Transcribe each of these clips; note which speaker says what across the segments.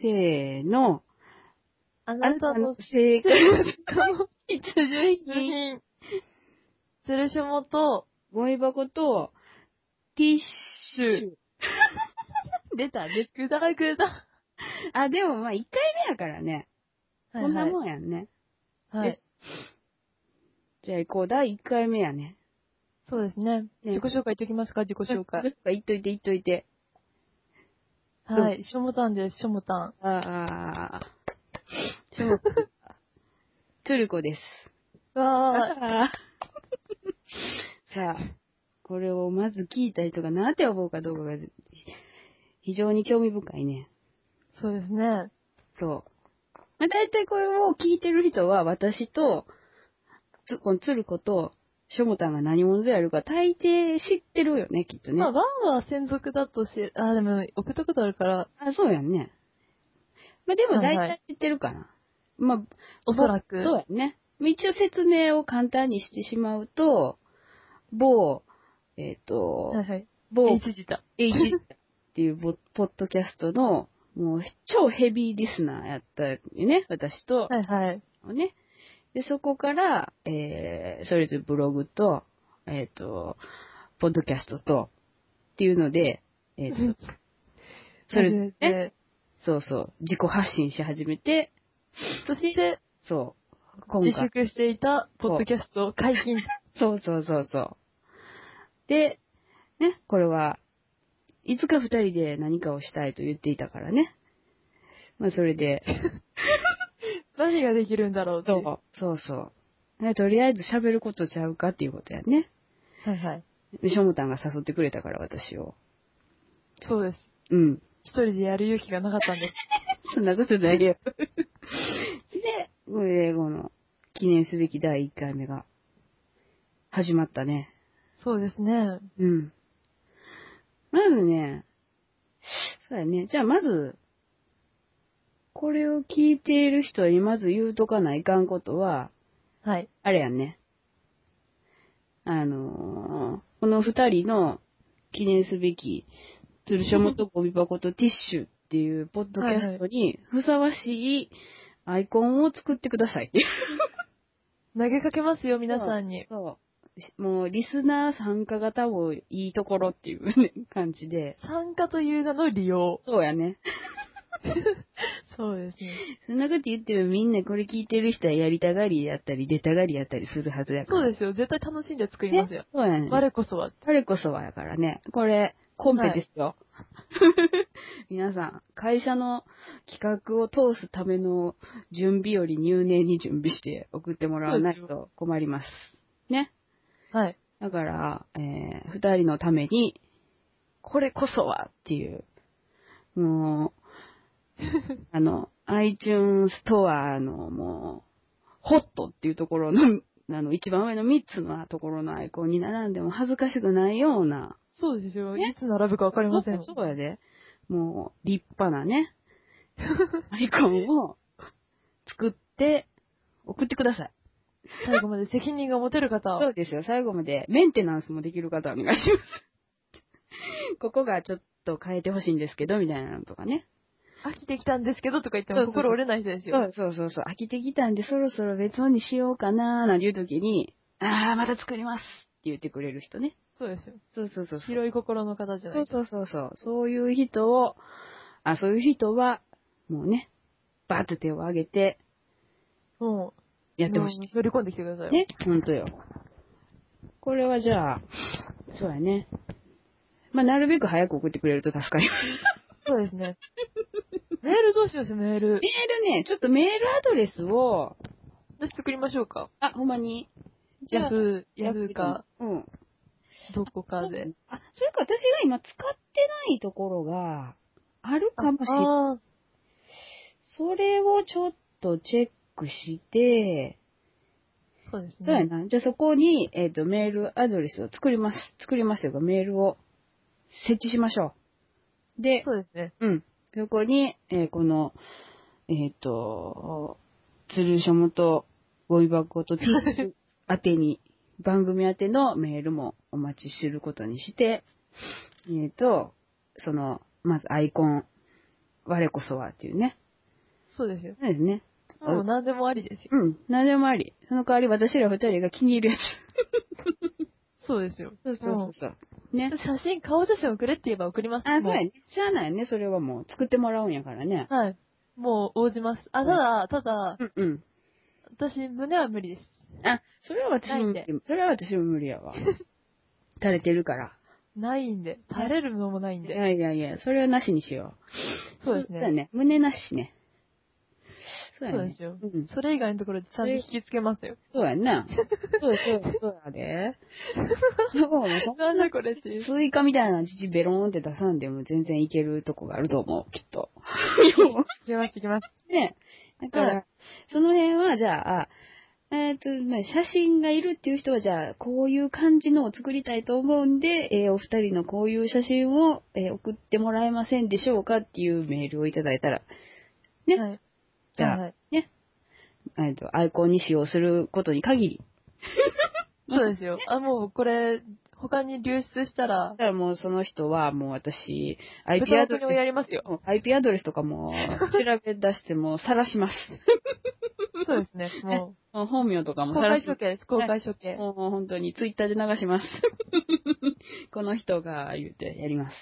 Speaker 1: せーの。
Speaker 2: あ
Speaker 1: あ
Speaker 2: な
Speaker 1: なた
Speaker 2: た
Speaker 1: の
Speaker 2: の
Speaker 1: 性格の必需
Speaker 2: 出
Speaker 1: 品。
Speaker 2: 品。つるしもと、
Speaker 1: ゴミ箱と、ティッシュ。出た、出
Speaker 2: ぐだぐだ。
Speaker 1: た。あ、でもまあ、1回目やからね。こんなもんやんね。
Speaker 2: んは
Speaker 1: で
Speaker 2: い。
Speaker 1: すじゃあ行こう。第1回目やね。
Speaker 2: そうですね。
Speaker 1: ね
Speaker 2: 自己紹介いっときますか、自己紹介。
Speaker 1: 言っといて、言っといて。どう
Speaker 2: はい。しょもたんです、しょもたん。
Speaker 1: ああ。そう。トルコです。
Speaker 2: わ
Speaker 1: さあ、これをまず聞いた人が何て呼ぼうかどうかが非常に興味深いね。
Speaker 2: ー。 そうですね。
Speaker 1: そう。まあ、大体これを聞いてる人は私と、つこのトルコと、ショモタンが何者であるか大抵知ってるよね、きっとね
Speaker 2: まあ、。ワンは専属だとし、あ、でも、送ったことあるから、
Speaker 1: あ、そうやんね。まあ、でも大
Speaker 2: はいは
Speaker 1: 体知ってるかな。まあ、
Speaker 2: おそらく。
Speaker 1: そうやね。一応説明を簡単にしてしまうと、某、えっ、と、
Speaker 2: はいはい。
Speaker 1: 某
Speaker 2: H 字だ。
Speaker 1: H っていうボポッドキャストの、もう超ヘビーリスナーやったよね、私と、
Speaker 2: はいはい。
Speaker 1: ね。で、そこから、えー、それぞれブログと、えっ、と、ポッドキャストと、っていうので、えっ、 と、それぞれね、
Speaker 2: ね。
Speaker 1: そうそう、自己発信し始めて、
Speaker 2: そして、
Speaker 1: そう、今
Speaker 2: 自粛していた、ポッドキャスト解禁。
Speaker 1: そうそうそうそう。で、ね、これは、いつか二人で何かをしたいと言っていたからね。まあ、それで、
Speaker 2: 何ができるんだろうってい。
Speaker 1: そううそうそう。ねとりあえず喋ることちゃうかっていうことやね。
Speaker 2: はいはい。
Speaker 1: でしょもたんが誘ってくれたから、私を。
Speaker 2: そうです。
Speaker 1: うん。
Speaker 2: 一人でやる勇気がなかったんです。
Speaker 1: そんなことないよ。で、これでこの、記念すべき第1回目が、始まったね。
Speaker 2: そうですね。
Speaker 1: うん。まずね、そうやね。じゃあまず、これを聞いている人にまず言うとかないかんことは、
Speaker 2: はい。
Speaker 1: あれやんね。あのーこの二人の記念すべき、鶴書元ゴミ箱とティッシュっていうポッドキャストにふさわしいアイコンを作ってくださいっていう。
Speaker 2: 投げかけますよ、皆さんに。
Speaker 1: そう。そう。もう、リスナー参加型もいいところっていうね、感じで。
Speaker 2: 参加という名の利用。
Speaker 1: そうやね。
Speaker 2: そうですね。
Speaker 1: そんなこと言ってもみんなこれ聞いてる人はやりたがりやったり出たがりやったりするはずやから。
Speaker 2: そうですよ。絶対楽しんで作りますよ。
Speaker 1: ねそうやね。
Speaker 2: 我こそは。
Speaker 1: 我こそはやからね。これ、コンペですよ。皆さん、会社の企画を通すための準備より入念に準備して送ってもらわない
Speaker 2: そうです
Speaker 1: と困ります。ね。
Speaker 2: はい。
Speaker 1: だから、えー、二人のために、これこそはっていう、 もう、あの、iTunes ストアのもう、ホットっていうところの、あの、一番上の3つのところのアイコンに並んでも恥ずかしくないような。
Speaker 2: そうですよ。
Speaker 1: ね
Speaker 2: いつ並ぶかわかりません。
Speaker 1: そうそうやで。もう、立派なね、 アイコンを作って、送ってください。
Speaker 2: 最後まで責任が持てる方
Speaker 1: そ
Speaker 2: は。
Speaker 1: うですよ。最後までメンテナンスもできる方お願いします。 ここがちょっと変えてほしいんですけど、みたいなのとかね。
Speaker 2: 飽きてきたんですけどとか言って
Speaker 1: そ
Speaker 2: も
Speaker 1: うそうそう
Speaker 2: 心折れない人です
Speaker 1: そ
Speaker 2: よ。
Speaker 1: うそうそうそう。飽きてきたんでそろそろ別のにしようかなーなんていう時に、あー、また作りますって言ってくれる人ね。
Speaker 2: そうですよ。
Speaker 1: そうそうそうそう。
Speaker 2: 広い心の方じゃな
Speaker 1: そ。
Speaker 2: いう
Speaker 1: そうそうそう。そういう人を、あ、そういう人は、もうね、バーって手を挙げて
Speaker 2: もう、
Speaker 1: やってほしい。
Speaker 2: もう乗り込んできてくださいよ。
Speaker 1: ね、ほんとよ。これはじゃあ、そうやね。まあ、なるべく早く送ってくれると助かります。
Speaker 2: そうですね。メールどうしましょう、メール
Speaker 1: メ。ールね、ちょっとメールアドレスを、
Speaker 2: 私作りましょうか。
Speaker 1: あ、ほんまに。じゃ
Speaker 2: ヤ
Speaker 1: あ、
Speaker 2: フー、ヤフーか、
Speaker 1: うん。
Speaker 2: どこかで。
Speaker 1: あ、それか私が今使ってないところがあるかもしれない。
Speaker 2: ああ、
Speaker 1: それをちょっとチェックして、
Speaker 2: そうです
Speaker 1: そうや
Speaker 2: ね。
Speaker 1: な。じゃあそこに、えっ、と、メールアドレスを作ります。作りますというか、メールを設置しましょう。で、
Speaker 2: そうですね。
Speaker 1: うん。そこに、えーこの、えっ、と、つるしょもと、ゴミ箱とティッシュ宛てに、番組宛てのメールもお待ちすることにして、えっ、と、その、まずアイコン我こそはっていうね。
Speaker 2: そうですよ。
Speaker 1: そうですね。
Speaker 2: もう何でもありですよ。
Speaker 1: うん。何でもあり。その代わり私ら二人が気に入るやつ。
Speaker 2: そうですよ。そう
Speaker 1: そう。ね。
Speaker 2: 写真、顔写真送れって言えば送ります。
Speaker 1: あ、そ
Speaker 2: も
Speaker 1: うやね。しゃあないね。それはもう作ってもらうんやからね。
Speaker 2: はい。もう応じます。あ、
Speaker 1: うん
Speaker 2: ただ、ただ
Speaker 1: う、んうん。
Speaker 2: 私、胸は無理です。
Speaker 1: あ、それは私も無
Speaker 2: ないん
Speaker 1: 理。それは私も無理やわ。 垂れてるから。
Speaker 2: ないんで。垂れるのもないん
Speaker 1: い
Speaker 2: で。
Speaker 1: やいやいや、それはなしにしよう。
Speaker 2: そうですね
Speaker 1: だね。胸なしね。そうや
Speaker 2: そう
Speaker 1: ね。
Speaker 2: ですよ。
Speaker 1: うん。
Speaker 2: それ以外のところでちゃんと引きつけますよ。
Speaker 1: そうやんな。そうそう、そうや で。そうもうそん
Speaker 2: なんだこれっていう。
Speaker 1: スイカみたいな父ベローンって出さんでも全然いけるとこがあると思う、きっと。
Speaker 2: いけます、いけます。
Speaker 1: ね。だから、
Speaker 2: は
Speaker 1: その辺は、じゃあ、えっ、と、まあ写真がいるっていう人は、じゃあ、こういう感じのを作りたいと思うんで、えーお二人のこういう写真を、えー送ってもらえませんでしょうかっていうメールをいただいたら、ね
Speaker 2: はい。
Speaker 1: じゃあ
Speaker 2: はい。
Speaker 1: えっ、と、アイコンに使用することに限り、
Speaker 2: そうですよ。あ、もうこれ、他に流出したら
Speaker 1: だ、からもうその人は、もう私、IP
Speaker 2: 豚
Speaker 1: ア
Speaker 2: の
Speaker 1: ド
Speaker 2: 国をや
Speaker 1: レ
Speaker 2: りますよ。
Speaker 1: ス、IP アドレスとかも調べ出しても晒 します。
Speaker 2: そうですね。も
Speaker 1: もう本名とか
Speaker 2: う、
Speaker 1: も
Speaker 2: 公
Speaker 1: 晒
Speaker 2: 開
Speaker 1: し
Speaker 2: 処刑です、公開処刑。
Speaker 1: もう本当にツイッターで流します。 この人が言うてやります。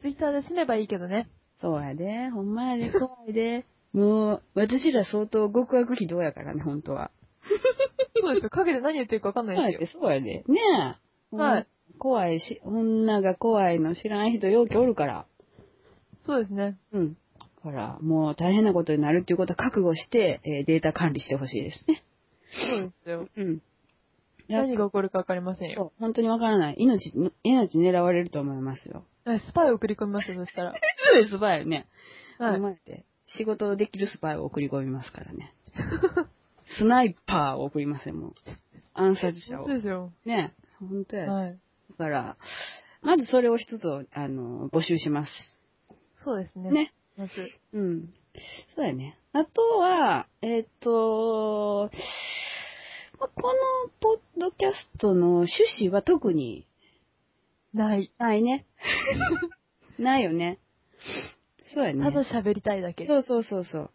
Speaker 2: ツイッターで済めばいいけどね。
Speaker 1: そうやで、ほんまやで、怖いで。もう、私ら相当極悪非道やからね、本当は。
Speaker 2: そうですよ。陰で何言ってるかわかんないですよ。
Speaker 1: そうやで。ねえ。
Speaker 2: はい
Speaker 1: うん。怖いし、女が怖いの知らん人ようけおるから。
Speaker 2: そうですね。
Speaker 1: うん。だから、もう大変なことになるっていうことは覚悟して、えーデータ管理してほしいですね。
Speaker 2: そうですよ。
Speaker 1: うん。
Speaker 2: 何が起こるかわかりませんよ。
Speaker 1: そう、本当にわからない。命、命狙われると思いますよ。
Speaker 2: はいスパイを送り込みますよ、そしたら。
Speaker 1: そうです、ばよね。
Speaker 2: は
Speaker 1: 生
Speaker 2: い。
Speaker 1: まれて、仕事できるスパイを送り込みますから ね。スナイパーを送りますよ、もう。暗殺者
Speaker 2: そ
Speaker 1: を
Speaker 2: う。ですよ。
Speaker 1: ね本当や。だ
Speaker 2: はい。
Speaker 1: から、まずそれを一つ、あの、募集します。
Speaker 2: そうですね。
Speaker 1: ね。
Speaker 2: まず。
Speaker 1: うん。そうやね。あとは、えっ、と、まあこのポッドキャストの趣旨は特に
Speaker 2: ない。
Speaker 1: ない ね。ないよね。そうやね。
Speaker 2: ただ喋りたいだけ。
Speaker 1: そうそうそうそう。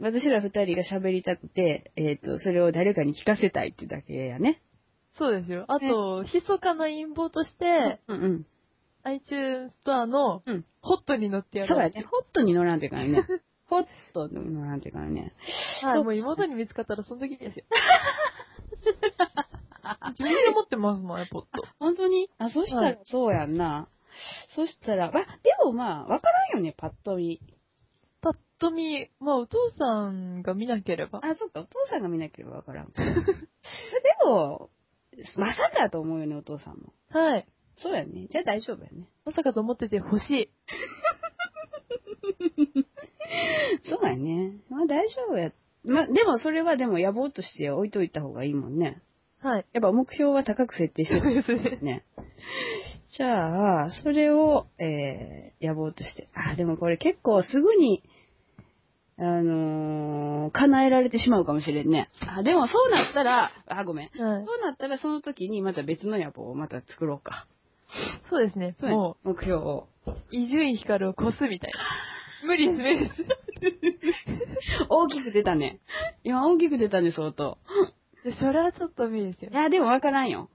Speaker 1: 私ら二人が喋りたくて、えっ、と、それを誰かに聞かせたいってだけやね。
Speaker 2: そうですよ。あと、密かな陰謀として、
Speaker 1: うん
Speaker 2: iTunes ストアの
Speaker 1: うん
Speaker 2: ホットに乗って
Speaker 1: う
Speaker 2: や
Speaker 1: ん。
Speaker 2: る。
Speaker 1: そうやね。ホットに乗らんといかんよね。 ホットに乗らんといかんよね。
Speaker 2: は
Speaker 1: そ
Speaker 2: い、
Speaker 1: う
Speaker 2: もう妹に見つかったらその時ですよ。自分で持ってますもん、iPod。
Speaker 1: 本当にあ、そした
Speaker 2: は
Speaker 1: ら
Speaker 2: い
Speaker 1: そうやんな。そしたら、まあ、でもまあ、わからんよね、パッと見。
Speaker 2: パッと見、まあお父さんが見なければ。
Speaker 1: あ、そっか、お父さんが見なければわからん。 でも、まさかと思うよね、お父さんも。
Speaker 2: はい。
Speaker 1: そうやね。じゃあ大丈夫やね。
Speaker 2: まさかと思ってて欲しい。
Speaker 1: そうやね。まあ大丈夫や。まあ、でもそれはでも野望として置いといた方がいいもんね。
Speaker 2: はい。
Speaker 1: やっぱ目標は高く設定し
Speaker 2: そ
Speaker 1: て
Speaker 2: うですね。
Speaker 1: ね。じゃあ、それを、えー、野望として。あー、でもこれ結構すぐに、あのー叶えられてしまうかもしれんね。あ、でもそうなったら、あ、ごめん。
Speaker 2: は
Speaker 1: そ。
Speaker 2: いう
Speaker 1: なったらその時にまた別の野望をまた作ろうか。
Speaker 2: そうですね。
Speaker 1: やね
Speaker 2: も
Speaker 1: 目標を。
Speaker 2: う、伊集院光を越すみたいな。無理です、無理です。
Speaker 1: 大きく出たね。今大きく出たね、相当。
Speaker 2: で それはちょっと無理ですよ
Speaker 1: い。や、でもわからんよ。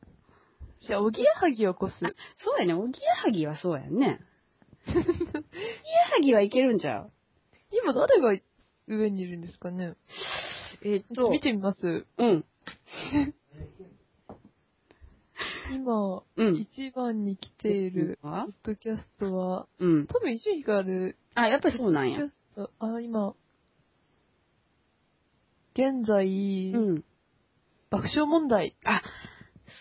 Speaker 2: じゃあ、おぎやはぎを越す。
Speaker 1: そうやね。おぎやはぎはそうやんね。おぎやはぎはいけるんちゃう
Speaker 2: 今誰が上にいるんですかね
Speaker 1: えっ
Speaker 2: 見てみます。
Speaker 1: うん。
Speaker 2: 今、
Speaker 1: うん。
Speaker 2: 一番に来ている、ポ
Speaker 1: は
Speaker 2: ッドキャストは、
Speaker 1: うん。
Speaker 2: 多分伊集院光、
Speaker 1: あ、やっぱりそうな
Speaker 2: ポ
Speaker 1: ん
Speaker 2: ッドキ
Speaker 1: や。
Speaker 2: ャスト、あ、今、現在、
Speaker 1: うん。
Speaker 2: 爆笑問題、
Speaker 1: あ、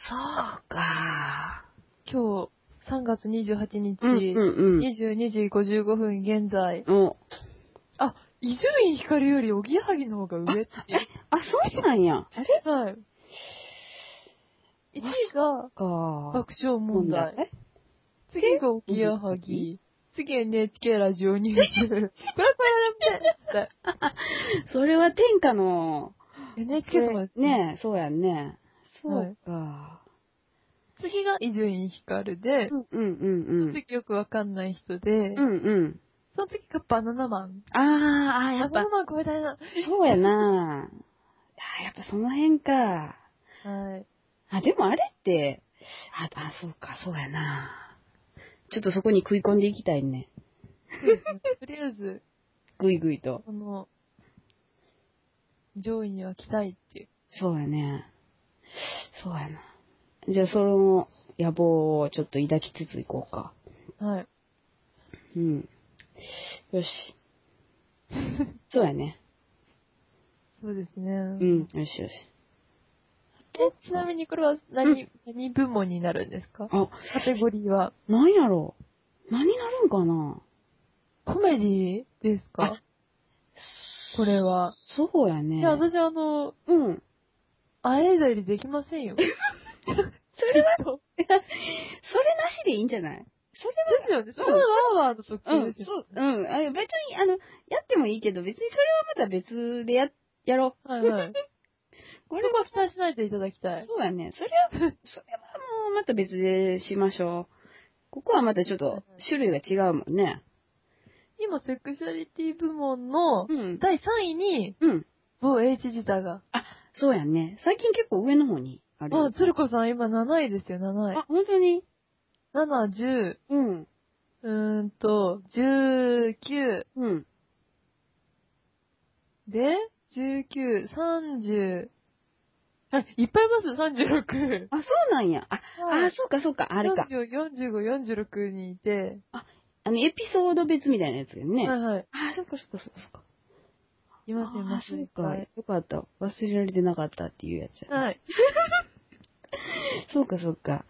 Speaker 1: そうか。
Speaker 2: 今日、3月28日、
Speaker 1: うんうん
Speaker 2: 22時55分現在、
Speaker 1: うん。お
Speaker 2: あ、伊集院光よりおぎやはぎの方が上っていう。
Speaker 1: あ、そうなんや。
Speaker 2: あれはい。1位が
Speaker 1: か。
Speaker 2: 爆笑問題。次がおぎやはぎ。次 NHK ラジオニュース。これはこれやらんて。
Speaker 1: それは天下の、
Speaker 2: NHK 様です。
Speaker 1: ねえ、そうやんね。そ
Speaker 2: は
Speaker 1: う
Speaker 2: い
Speaker 1: か。
Speaker 2: 次が伊集院光で
Speaker 1: う、んうんうんうん。
Speaker 2: 次よくわかんない人で
Speaker 1: う、んうん。
Speaker 2: その次がバナナマン。
Speaker 1: あー、あー、や
Speaker 2: バ
Speaker 1: っぱ
Speaker 2: ナナ、マン超えたいな。
Speaker 1: そうやなあーやっぱその辺か。
Speaker 2: はい。
Speaker 1: あ、でもあれって、あ、あ、そうか、そうやなちょっとそこに食い込んでいきたいね。
Speaker 2: そうですねとりあえず、
Speaker 1: ぐいぐいと。
Speaker 2: この、上位には来たいっていう。
Speaker 1: そうやね。そうやな。じゃあ、その野望をちょっと抱きつついこうか。
Speaker 2: はい。
Speaker 1: うん。よし。 そうやね。
Speaker 2: そうですね。
Speaker 1: う。ん。よしよし。
Speaker 2: え、ちなみにこれは何、何部門になるんですか
Speaker 1: あ、
Speaker 2: カテゴリーは。
Speaker 1: なんやろう。何になるんかな
Speaker 2: コメディですかこれは。
Speaker 1: そうやね。
Speaker 2: いや、私あの、
Speaker 1: うん。
Speaker 2: あえだよりできませんよ。それは、
Speaker 1: それなしでいいんじゃないそれは
Speaker 2: ですよ ね。それはワーワーの特
Speaker 1: う
Speaker 2: 急
Speaker 1: ん、
Speaker 2: ですよ。
Speaker 1: そう、うん。あ別に、あの、やってもいいけど、別にそれはまた別でや、やろう。
Speaker 2: はいはい。
Speaker 1: これ
Speaker 2: そこは期待しないといただきたい。
Speaker 1: そうやね。それ は、それはもうまた別でしましょう。ここはまたちょっと種類が違うもんね。
Speaker 2: 今、セクシャリティ部門の
Speaker 1: うん。
Speaker 2: 第3位に、
Speaker 1: うん。
Speaker 2: 某 H ジタが。
Speaker 1: そうやね。最近結構上の方にある。
Speaker 2: あ、鶴子さん今7位ですよ、7位
Speaker 1: あ、。本当に
Speaker 2: 7、10、
Speaker 1: うん。
Speaker 2: うーんと、19、
Speaker 1: うん。
Speaker 2: で、19、30、あ、いっぱいいます、36。
Speaker 1: あ、そうなんや。あ、あ、そうかそうか。あれか。
Speaker 2: 40、45、46にいて、
Speaker 1: あの、エピソード別みたいなやつよね。
Speaker 2: はいはい。
Speaker 1: あ、そうかそうかそうかそうか。
Speaker 2: います、います。
Speaker 1: あそ
Speaker 2: いうっぱ
Speaker 1: か。
Speaker 2: い
Speaker 1: よかった。忘れられてなかったっていうやつや。
Speaker 2: はい。
Speaker 1: そうか、そうか。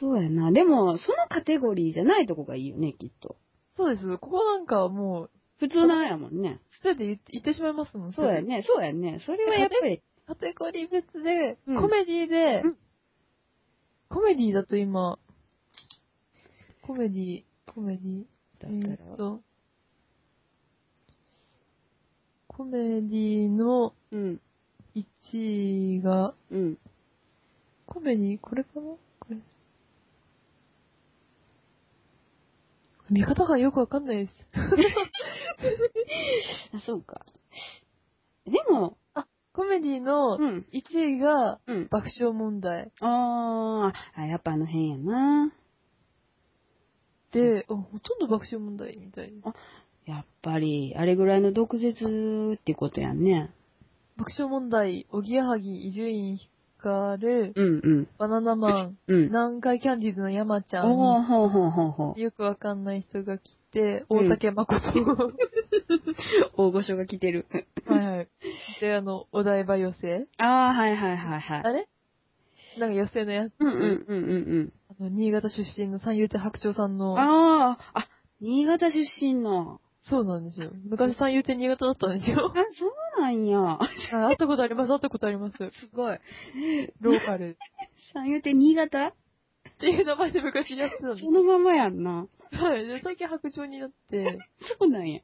Speaker 1: そうやな。でも、そのカテゴリーじゃないとこがいいよね、きっと。
Speaker 2: そうです。ここなんかはもう、
Speaker 1: 普通なんやもんね。
Speaker 2: 捨てて言って言ってしまいますもん、
Speaker 1: そうやね、そうやね。それはやっぱり、
Speaker 2: カテゴリー別で、
Speaker 1: うん
Speaker 2: コメディで、
Speaker 1: うん
Speaker 2: コメディだと今、コメディ、コメディ、
Speaker 1: だ
Speaker 2: え
Speaker 1: った
Speaker 2: ーっ
Speaker 1: ら。
Speaker 2: と、コメディの
Speaker 1: うん、
Speaker 2: 1位が、
Speaker 1: うん。
Speaker 2: コメディこれかなこれ。見方がよくわかんないです。
Speaker 1: あ、そうか。でも、
Speaker 2: コメディの
Speaker 1: うん、
Speaker 2: 1位が
Speaker 1: うん。
Speaker 2: 爆笑問題。
Speaker 1: あーあ、やっぱあの辺やな。
Speaker 2: で、あほとんど爆笑問題みたいな。
Speaker 1: やっぱり、あれぐらいの毒舌ってことやんね。
Speaker 2: 爆笑問題、おぎやはぎ、伊集院光、
Speaker 1: うん、うん、
Speaker 2: バナナマン、
Speaker 1: うん。
Speaker 2: 南海キャンディーズの山ちゃ
Speaker 1: おー、
Speaker 2: ん、
Speaker 1: ほうほうほうほ
Speaker 2: よくわかんない人が来て、
Speaker 1: うん
Speaker 2: 大竹誠。
Speaker 1: う。大御所が来てる。
Speaker 2: はいはい。で、あの、お台場寄せ
Speaker 1: ああ、はいはいはいは
Speaker 2: あ
Speaker 1: い。
Speaker 2: れなんか寄せのやつ。
Speaker 1: うん、うん、うん、うん、うん。
Speaker 2: あの、新潟出身の三遊亭白鳥さんの、
Speaker 1: ああ、あ、新潟出身の。
Speaker 2: そうなんですよ。昔三遊亭新潟だったんです
Speaker 1: あ
Speaker 2: よ。、
Speaker 1: そうなんや。
Speaker 2: あ会ったことあります、会ったことあります。
Speaker 1: すごい。
Speaker 2: ローカル。
Speaker 1: 三遊亭新潟
Speaker 2: っていう名前で昔やってたんです
Speaker 1: そ。のままやんな。
Speaker 2: はい。で、最近白鳥にな って、
Speaker 1: そうなんや。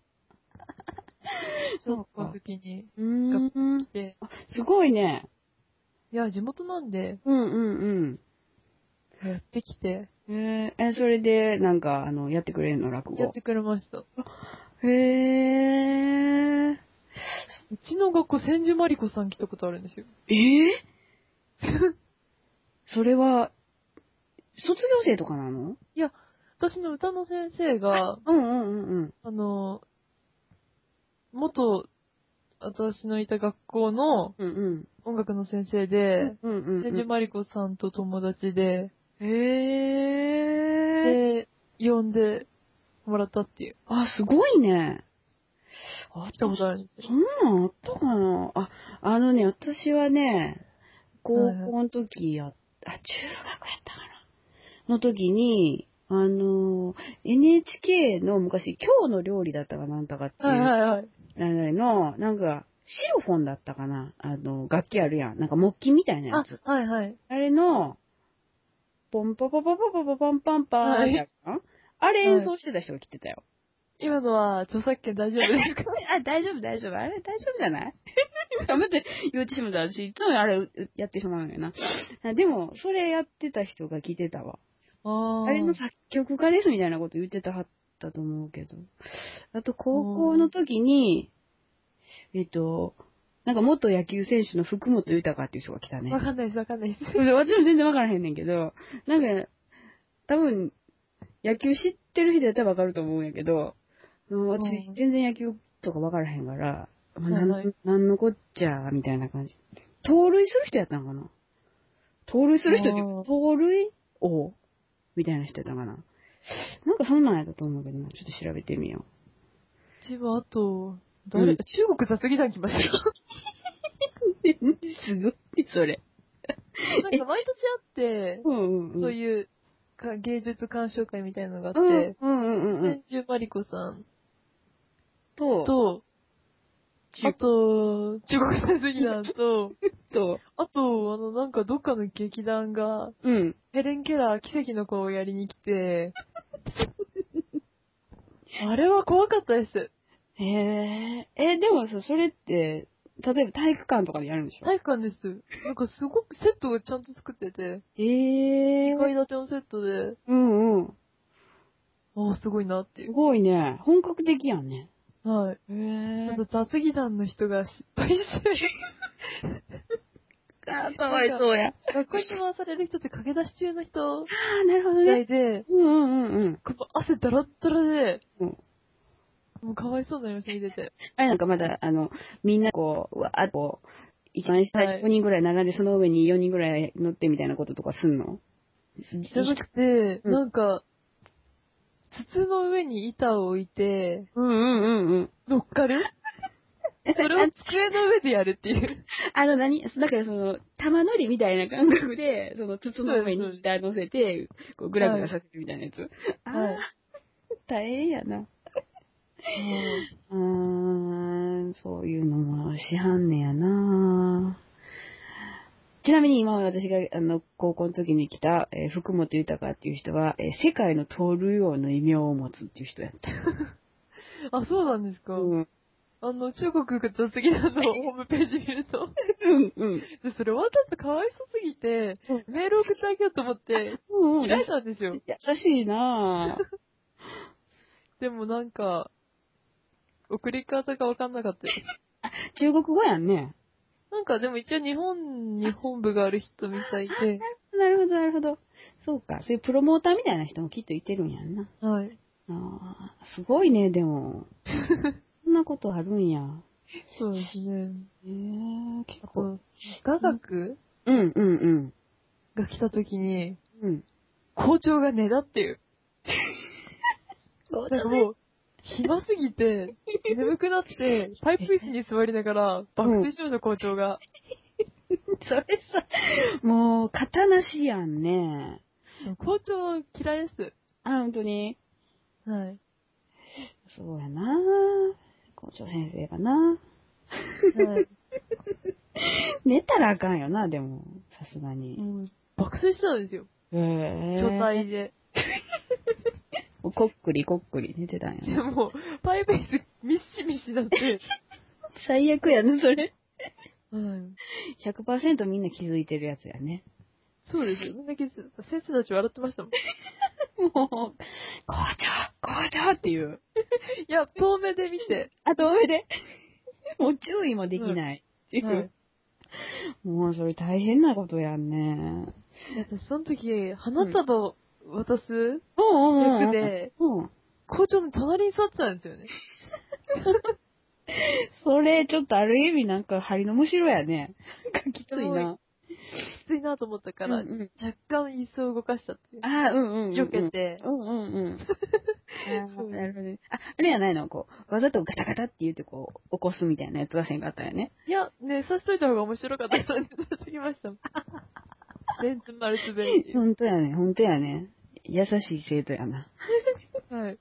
Speaker 2: 小学校の時に
Speaker 1: うーん
Speaker 2: 来。て、
Speaker 1: すごいね。
Speaker 2: いや、地元なんで、
Speaker 1: うんうん
Speaker 2: やってきて、
Speaker 1: うん。へえ、えそれで、なんか、あの、やってくれるの、落
Speaker 2: やっ
Speaker 1: 語。
Speaker 2: てくれました。
Speaker 1: へえ。
Speaker 2: うちの学校、千住まりこさん来たことあるんですよ。
Speaker 1: え ー、それは、卒業生とかなの
Speaker 2: 私の歌の先生が、
Speaker 1: うんうんうんうん。
Speaker 2: あの、元、私のいた学校の
Speaker 1: うんうん。
Speaker 2: 音楽の先生で、
Speaker 1: うんうん、
Speaker 2: 千住まりこさんと友達で、
Speaker 1: へえ。
Speaker 2: で、呼んでもらったっていう。
Speaker 1: あ、すごいね。あっ
Speaker 2: 来たことあるんですよ
Speaker 1: そ。んなんあったかなあ、あのね、私はね、高校の時や、あ、中学やったかなの時に、あの、NHK の昔、今日の料理だったかなんだかっていう、
Speaker 2: はいはいはい。
Speaker 1: あれの、なんか、シロフォンだったかなあの、楽器あるやん。なんか木琴みたいなや
Speaker 2: あ
Speaker 1: つ。、
Speaker 2: はいはい。
Speaker 1: あれの、ポンポポポポポポポンパンパー
Speaker 2: はい
Speaker 1: みたいなあれ演奏してた人が来てたよ。
Speaker 2: 今のは著作権大丈夫ですか
Speaker 1: あ、大丈夫、大丈夫。あれ、大丈夫じゃない 頑張って言ってしまった。私、いつもあれ、うやってしまうのよな。あでも、それやってた人が来てたわ。
Speaker 2: あー
Speaker 1: あれの作曲家ですみたいなこと言ってたはっったと思うけど。あと、高校の時に、えっと、なんか元野球選手の福本豊っていう人が来たね
Speaker 2: わ。かんないです、わかんないです。
Speaker 1: 私も全然わからへんねんけど、なんか、多分、野球知ってる人やったらわかると思うんやけど、うん私
Speaker 2: うん
Speaker 1: 全然野球とかわからへんから、まあ
Speaker 2: はい
Speaker 1: な
Speaker 2: は
Speaker 1: いんなんのこっちゃ、みたいな感じ。盗塁する人やったのかな盗塁する人っていう
Speaker 2: あ
Speaker 1: か
Speaker 2: ー、
Speaker 1: 盗塁王みたいな人やったのかななんかそんなんやったと思うけどな。ちょっと調べてみよ
Speaker 2: 一番あと、
Speaker 1: う
Speaker 2: 誰、
Speaker 1: ん
Speaker 2: 中国雑技団来ましたよ。
Speaker 1: う。すごい、それ。
Speaker 2: なんか毎年あって、
Speaker 1: うんうんうん。
Speaker 2: そういうか芸術鑑賞会みたいなのがあ
Speaker 1: うん
Speaker 2: って、
Speaker 1: うんうんうんうん。
Speaker 2: 千住まりこさん
Speaker 1: と、
Speaker 2: と、
Speaker 1: ちょ
Speaker 2: あ
Speaker 1: っ
Speaker 2: と、中国雑技団と、
Speaker 1: と、
Speaker 2: あと、あの、なんかどっかの劇団が、
Speaker 1: うん。
Speaker 2: ヘレン・ケラー奇跡の子をやりに来て、 あれは怖かったです。
Speaker 1: へえ。え、でもさ、それって、例えば体育館とかでやるんでしょ
Speaker 2: 体育館です。なんかすごくセットがちゃんと作ってて、
Speaker 1: へえ。
Speaker 2: 2階建てのセットで、
Speaker 1: うんうん。
Speaker 2: ああ、すごいなってい
Speaker 1: す
Speaker 2: う。
Speaker 1: ごいね。本格的やんね。
Speaker 2: はい。
Speaker 1: へ
Speaker 2: あ
Speaker 1: え
Speaker 2: と雑技団の人が失敗して、
Speaker 1: あー、かわいそうや。あ
Speaker 2: 学校に回される人って駆け出し中の人
Speaker 1: あー、なるほど
Speaker 2: みた
Speaker 1: ね。
Speaker 2: いで、
Speaker 1: うんうんうんうん。
Speaker 2: こう汗だらっだらで、
Speaker 1: うん
Speaker 2: もうかわいそうになりました、見てて。
Speaker 1: あれなんかまだ、あの、みんなこう、うわーっとこう、一番下に5人ぐらい並んで、その上に4人ぐらい乗ってみたいなこととかすんの
Speaker 2: じゃなくて、
Speaker 1: うん
Speaker 2: なんか、筒の上に板を置いて、
Speaker 1: うんうんうんうん。
Speaker 2: 乗っ かるそれを机の上でやるっていう。
Speaker 1: あの何、だからその、玉乗りみたいな感覚で、その筒の上に板乗せて、こう、グラグラさせるみたいなやつ。ああ、
Speaker 2: はい
Speaker 1: 大変やな。うーん、そういうのもしはんねやなちなみに今私があの高校の時に来た、えー福本豊っていう人は、えー世界の盗塁王の異名を持つっていう人やった。
Speaker 2: あ、そうなんですか。
Speaker 1: うん。
Speaker 2: あの、中国が雑技団のホームページ見ると、
Speaker 1: うんうん。
Speaker 2: でそれわざとかわいそうすぎて
Speaker 1: うん、
Speaker 2: メール送ってあげようと思って、
Speaker 1: うんうん、
Speaker 2: 開いたんですよ。
Speaker 1: 優しい なぁ。
Speaker 2: でもなんか、送り方がわかんなかったです。
Speaker 1: 中国語やんね。
Speaker 2: なんかでも一応日本に本部がある人みたいで、
Speaker 1: なるほど、なるほど。そうか。そういうプロモーターみたいな人もきっといてるんやんな。
Speaker 2: はい。
Speaker 1: ああ、すごいね、で も。そんなことあるんや。
Speaker 2: そうですね。
Speaker 1: へえ、結
Speaker 2: あ
Speaker 1: 構。
Speaker 2: と、雅楽
Speaker 1: うん、うん、うん。
Speaker 2: が来た時に、
Speaker 1: うん。
Speaker 2: 校長がねだっていう。
Speaker 1: そう
Speaker 2: なんかもう、暇すぎ て、眠くなって、パイプ椅子に座りながら、爆睡しました、校長が。
Speaker 1: それさ、もう、型なしやんね。
Speaker 2: 校長嫌いです。
Speaker 1: あ、本当に。
Speaker 2: はい。
Speaker 1: そうやな校長先生がな。
Speaker 2: はい。
Speaker 1: 寝たらあかんよな、でも。さすがに。
Speaker 2: もう爆睡したんですよ。
Speaker 1: へえ。
Speaker 2: 巨体で。
Speaker 1: こっくりこっくり寝てたんや
Speaker 2: で
Speaker 1: な。
Speaker 2: も、パイプ椅子みっしみっしなって、
Speaker 1: 最悪やね、それ。
Speaker 2: はい。
Speaker 1: 100%みんな気づいてるやつやね。
Speaker 2: そうですよ。みんな気づ先生たち笑ってましたもん。
Speaker 1: もう、校長校長っていう。
Speaker 2: いや、遠目で見て。
Speaker 1: あと上で、 もう注意もできない。っていう
Speaker 2: はい
Speaker 1: もうそれ大変なことやんね。
Speaker 2: 私、その時、花束を渡す
Speaker 1: うん
Speaker 2: 役で、
Speaker 1: うん。
Speaker 2: 校長の隣に座ってたんですよね。
Speaker 1: それ、ちょっとある意味なんか針のむしろやね。なんかきついな。
Speaker 2: きついなと思ったから、
Speaker 1: うんうん
Speaker 2: 若干椅子を動かしたっていう。
Speaker 1: ああ、うんうんうん。
Speaker 2: 避け。て、
Speaker 1: うんうん うん。あ
Speaker 2: そう
Speaker 1: ーなるほどね。あ、あれやないのこう、わざとガタガタって言ってこう、起こすみたいなやつはせんかったよね。
Speaker 2: いや、ね、刺しといた方が面白かった人になってきま したもん。レンズ丸つべり。
Speaker 1: ほんとやね、ほんとやね。優しい生徒やな。
Speaker 2: はい。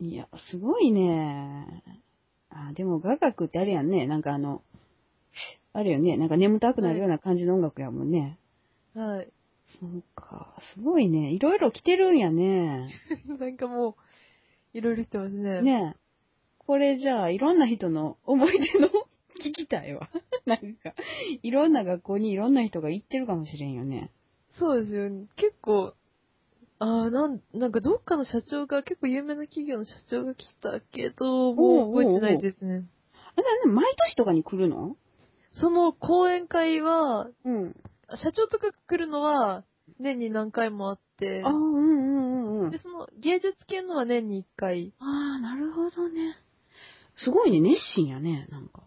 Speaker 1: いや、すごいね。あ、でも雅楽ってあれやんね。なんかあの、あるよね。なんか眠たくなるような感じの音楽やもんね。
Speaker 2: はい。
Speaker 1: そうか。すごいね。いろいろ来てるんやね。
Speaker 2: なんかもう、いろいろ言ってますね。
Speaker 1: ねえ。これじゃあ、いろんな人の思い出の 聞きたいわ。 なんか、いろんな学校にいろんな人が行ってるかもしれんよね。
Speaker 2: そうですよ。結構、ああ、なん、なんかどっかの社長が、結構有名な企業の社長が来たけど、もう覚えてないですね。
Speaker 1: あれだね、毎年とかに来るの
Speaker 2: その講演会は、
Speaker 1: うん。
Speaker 2: 社長とか来るのは、年に何回もあって
Speaker 1: あ、あ、うんうんうんうん
Speaker 2: で、。その芸術系のは年に1回。
Speaker 1: ああ、なるほどね。すごいね、熱心やね、なんか。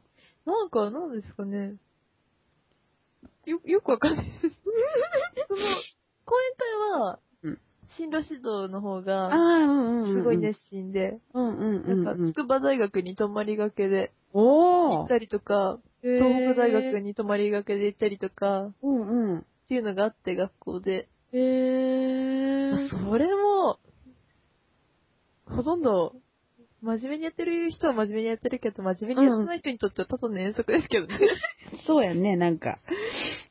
Speaker 2: なんか、なんですかね。よ、よくわかんないです。その、講演会は
Speaker 1: うん、
Speaker 2: 進路指導の
Speaker 1: あ
Speaker 2: 方
Speaker 1: あ、
Speaker 2: が、
Speaker 1: うんうん。
Speaker 2: すごい。熱心で、
Speaker 1: うんうんう。
Speaker 2: なんんか、筑波大学に泊まりがけで
Speaker 1: お
Speaker 2: 行
Speaker 1: お
Speaker 2: っ。たりとか、
Speaker 1: 東
Speaker 2: 東北大学。に泊まりがけで行ったりとか、っ
Speaker 1: うんうん。
Speaker 2: ていうのがあって、学校で。
Speaker 1: へえ
Speaker 2: それも、ほとんど、真面目にやってる人は真面目にやってるけど、真面目にやってない人にとってはただの遠足ですけどね。
Speaker 1: そうやんね、なんか。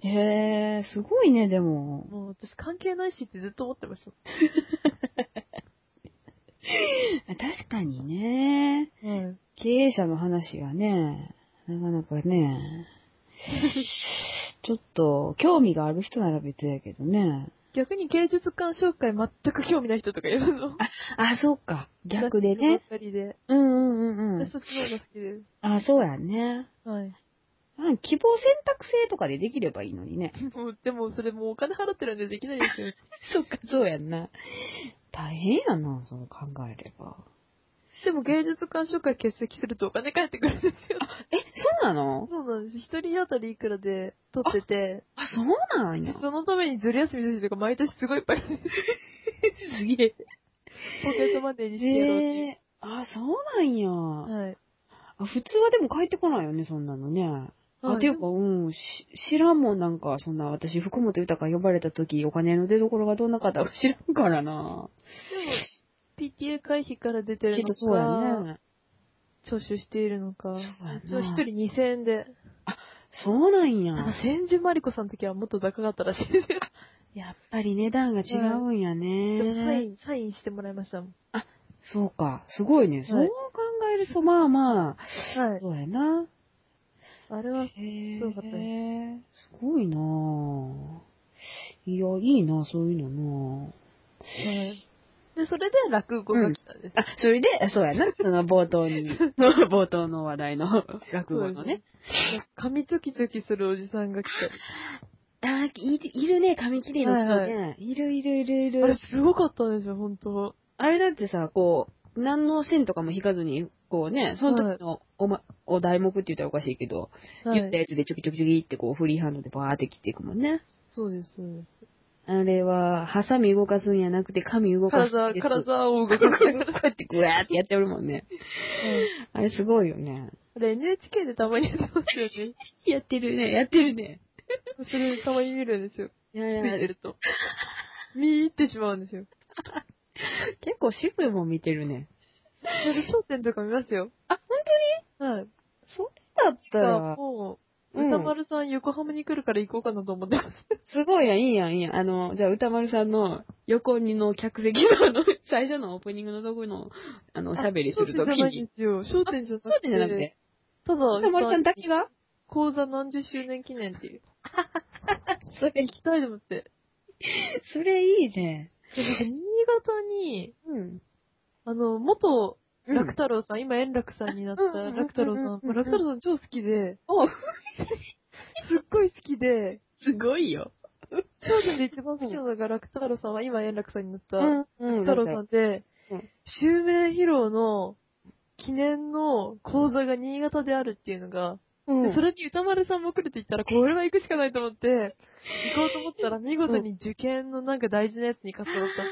Speaker 1: へえすごいね、でも。
Speaker 2: もう私関係ないしってずっと思ってました。
Speaker 1: 確かにね。
Speaker 2: うん。
Speaker 1: 経営者の話がね、なかなか ね、ちょっと、興味がある人なら別やけどね。
Speaker 2: 逆に芸術鑑賞会全く興味ない人とかいるの
Speaker 1: あ、そうか。逆でね。
Speaker 2: 雑誌ばっかりで。
Speaker 1: うんうんうんう
Speaker 2: 私
Speaker 1: ん。
Speaker 2: そっちの方が好きです。
Speaker 1: あ、そうやね。
Speaker 2: はい。
Speaker 1: うん希望選択制とかでできればいいのにね。
Speaker 2: もうでもそれもうお金払ってるんでできないですよ。
Speaker 1: そっか、そうやんな。大変やな、そう考えれば。
Speaker 2: でも芸術鑑賞会欠席するとお金返ってくるんですよ。
Speaker 1: え、そうなの
Speaker 2: そうなんです。一人当たりいくらで取ってて、
Speaker 1: あ、そうなんや。
Speaker 2: そのためにずる休みの人が毎年すごいいっぱいいるんです。
Speaker 1: すげえ。
Speaker 2: ポケットマネーにしてやろうっていう。
Speaker 1: へえ。あ、そうなんや。
Speaker 2: はい。
Speaker 1: あ普通はでも帰ってこないよね、そんなのね。
Speaker 2: は
Speaker 1: あ、
Speaker 2: い
Speaker 1: ていうか、うん、し知らんもん、なんか、そんな、私、福本豊か呼ばれた時、お金の出所がどんな方か知らんからな。
Speaker 2: でも、PTA 回避から出てる
Speaker 1: け
Speaker 2: のか、
Speaker 1: ど、そうやね。
Speaker 2: 徴収しているのか、
Speaker 1: そうやな
Speaker 2: 一応一人2000円で。
Speaker 1: そうなんや。
Speaker 2: なんか千住まりこさんの時はもっと高かったらしいですよ。
Speaker 1: やっぱり値段が違うんや
Speaker 2: でもサ
Speaker 1: ね。
Speaker 2: イン、サインしてもらいましたもん。
Speaker 1: そうか、すごいね。そう考えると、まあま
Speaker 2: は
Speaker 1: あ、。そうやな。
Speaker 2: あれは、
Speaker 1: へえ
Speaker 2: そうだった
Speaker 1: すごいなぁ。いや、いいなそういうのな
Speaker 2: で、それで落語が来たんです。
Speaker 1: あ、それで、そうやな、 その冒頭に、冒頭の話題の落語のね。
Speaker 2: そうです。髪チョキチョキするおじさんが来
Speaker 1: あいる、いるね、髪切りの人ね、
Speaker 2: はい
Speaker 1: いるいるいるい
Speaker 2: た。あれ
Speaker 1: る。
Speaker 2: すごかったですよ、本当
Speaker 1: あれだってさ、こう、何の線とかも引かずに、こうね、その時のお,、ま、お題目って言ったらおかしいけど、
Speaker 2: はい
Speaker 1: 言ったやつでちょきちょきちょきってこうフリーハンドでバーって切っていくもんね。
Speaker 2: そうです、そうです。
Speaker 1: あれは、ハサミ動かすんやなくて、髪動かすん
Speaker 2: 体、
Speaker 1: です。
Speaker 2: 体を動か
Speaker 1: こ
Speaker 2: す。
Speaker 1: うやってグワーってやっておるもんね。
Speaker 2: あ
Speaker 1: あれすごいよね。
Speaker 2: れ NHK でたまにやってますよね。
Speaker 1: やってるね、やってるね。
Speaker 2: それたまに見るんですよ。
Speaker 1: いやい
Speaker 2: つい
Speaker 1: や
Speaker 2: てると。見入ってしまうんですよ。
Speaker 1: 結構渋いもん見てるね。
Speaker 2: それで焦点とか見ますよ。
Speaker 1: あ、本
Speaker 2: はい。
Speaker 1: それだった
Speaker 2: が
Speaker 1: ら、う
Speaker 2: もう、
Speaker 1: ん
Speaker 2: 歌丸さん横浜に来るから行こうかなと思ってます。
Speaker 1: すごいやん、いいやん、いいやん。あの、じゃあ、歌丸さんの横にの客席のあ の、最初のオープニングのとこの、あの、おしゃべりするとき
Speaker 2: あ焦点じゃないん
Speaker 1: に。
Speaker 2: ですよ。焦点じゃなく
Speaker 1: そ
Speaker 2: て。
Speaker 1: うじゃなくて、
Speaker 2: ただ、
Speaker 1: 歌丸さんだけが
Speaker 2: 講座何十周年記念っていう。
Speaker 1: それ
Speaker 2: 行、きたいと思って。
Speaker 1: それいいね。
Speaker 2: でなんか新潟に、
Speaker 1: うん。
Speaker 2: あの、元楽
Speaker 1: 楽
Speaker 2: 太郎さん、今円楽さんになった
Speaker 1: うんうんうんうん
Speaker 2: 楽太郎さん、
Speaker 1: うん
Speaker 2: 楽太郎さん超好きで、
Speaker 1: お
Speaker 2: すっごい好きで、
Speaker 1: すごいよ。
Speaker 2: 超人で一番好きなのが楽太郎さんは今円楽さんになった
Speaker 1: う
Speaker 2: 楽
Speaker 1: ん、うん。
Speaker 2: 太郎さんで
Speaker 1: うん、
Speaker 2: 襲名披露の記念の講座が新潟であるっていうのが、
Speaker 1: う
Speaker 2: で
Speaker 1: ん。
Speaker 2: それに歌丸さんも来るって言ったら、これは行くしかないと思って、行こうと思ったら、見事に受験のなんか大事なやつに勝ったった。
Speaker 1: あー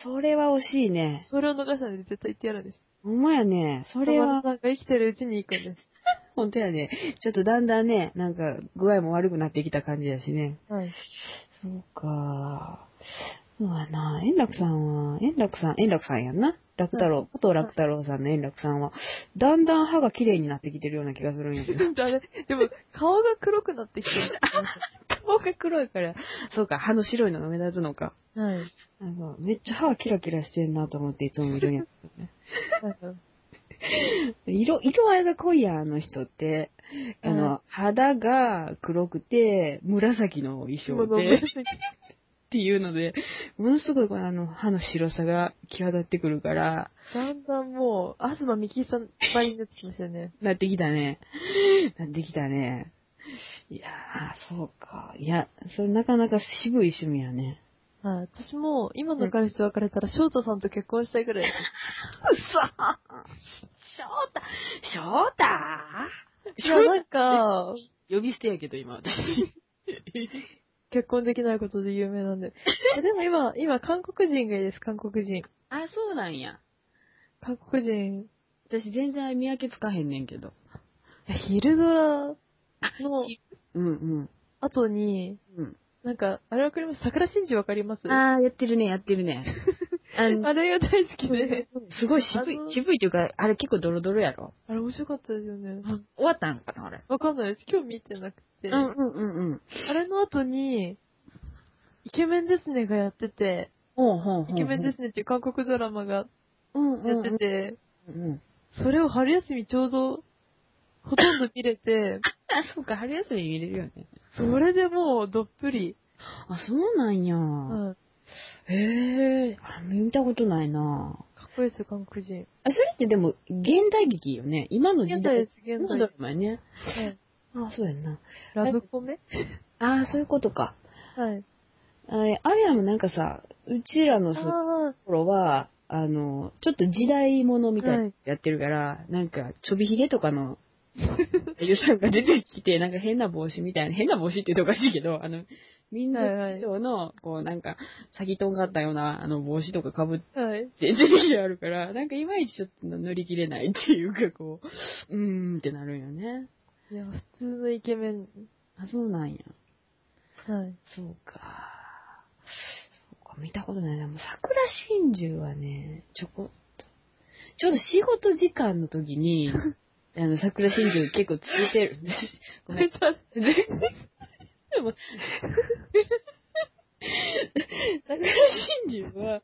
Speaker 1: それは惜しいね。
Speaker 2: それを逃したので絶対行ってやるんです。
Speaker 1: ほんまやね。そ
Speaker 2: 歌
Speaker 1: れ
Speaker 2: 丸
Speaker 1: は、
Speaker 2: さんが生きてるうちに行くんです。
Speaker 1: 本当やね。ちょっとだんだんね、なんか具合も悪くなってきた感じやしね。
Speaker 2: はい。
Speaker 1: そうか。そうやな。円楽さんは、円楽さん、円楽さんやんな。楽太郎、元楽太郎さんの円楽さんは、だんだん歯が綺麗になってきてるような気がするんやけど。
Speaker 2: だね。でも、顔が黒くなってきて
Speaker 1: 顔が黒いから。そうか、歯の白いのが目立つのか。
Speaker 2: る。はい。
Speaker 1: なんかめっちゃ歯キラキラしてんなと思っていつも見るん やけどね。
Speaker 2: なんか
Speaker 1: 色、色合いが濃いやん、あの人って。あの、
Speaker 2: う
Speaker 1: 肌が黒くて、紫の衣
Speaker 2: 着物
Speaker 1: 装
Speaker 2: を
Speaker 1: で。っていうので、ものすごいあの、歯の白さが際立ってくるから、
Speaker 2: だんだんもう、東幹久さんばりになってきましたよね。
Speaker 1: なってきたね。なってきたね。いやー、そうか。いや、それなかなか渋い趣味やね。
Speaker 2: はい、私も、今の彼氏と別れたら、翔太さんと結婚したい ぐらい。
Speaker 1: うそ翔太翔太
Speaker 2: いや、なんか、
Speaker 1: 呼び捨てやけど、今、私。
Speaker 2: 結婚できないことで有名 なんで。えでも今、今、韓国人がいいです、韓国人。
Speaker 1: あ、そうなんや。
Speaker 2: 韓国人。
Speaker 1: 私全然見分けつかへんねんけど。
Speaker 2: いや昼ドラの
Speaker 1: うんうん。
Speaker 2: 後に、
Speaker 1: うん。
Speaker 2: なんか、あれわかります桜真珠わかりますあ
Speaker 1: あー、やってるね、やってる ね。あの、
Speaker 2: れが大好きで。
Speaker 1: すごい渋い
Speaker 2: あ、の
Speaker 1: 渋いというか、あれ結構ドロドロやろ。
Speaker 2: あれ面白かったですよね。
Speaker 1: 終わったんかな、あれ。
Speaker 2: わかんないです。今日見てなくて。
Speaker 1: うんうんうんうん。
Speaker 2: あれの後に、イケメンですねがやってて、
Speaker 1: ほうほうほうほう。。
Speaker 2: イケメンですすねっていう韓国ドラマが
Speaker 1: うんうん、
Speaker 2: や
Speaker 1: う
Speaker 2: っ
Speaker 1: ん。
Speaker 2: てて、
Speaker 1: うん。
Speaker 2: それを春休みちょうど、ほとんど見れて、
Speaker 1: あ、そうか、春休み見れるよね。
Speaker 2: それでもうどっぷり。
Speaker 1: あ、そうなんや。
Speaker 2: はい
Speaker 1: へえ、あ見たことないな。
Speaker 2: かっこいいですよ、韓国人。
Speaker 1: あ、それってでも、現代劇よね。今の時
Speaker 2: 現代
Speaker 1: 代
Speaker 2: です、。現
Speaker 1: 今の
Speaker 2: 代
Speaker 1: ドラ
Speaker 2: で
Speaker 1: マやね。
Speaker 2: す。はい
Speaker 1: あ、そうやんな。
Speaker 2: ラブコメ
Speaker 1: あーそういうことか。
Speaker 2: はい。
Speaker 1: あれ、あれやもなんかさ、うちらの
Speaker 2: あ
Speaker 1: そ
Speaker 2: あ、
Speaker 1: 頃は、あの、ちょっと時代物みたいな
Speaker 2: は
Speaker 1: の
Speaker 2: い
Speaker 1: やってるから、なんか、ちょびひげとかの、 ゆさんが出てきて、なんか変な帽子みたいな、変な帽子って言うとおかしいけど、あの、民族衣装の、こうなんか、先とんがったような、あの、帽子とか被って
Speaker 2: はい。
Speaker 1: 出てきてあるから、なんかいまいちちょっと乗り切れないっていうか、こう、うーんってなるんよね。
Speaker 2: いや、普通のイケメン。
Speaker 1: あ、そうなんや。
Speaker 2: はい。
Speaker 1: そうか。そうか、見たことないな。もう桜真珠はね、ちょこっと。ちょうど仕事時間の時 に、あの、桜真珠結構ついてるんです。ごめん。でも、桜真珠は、
Speaker 2: は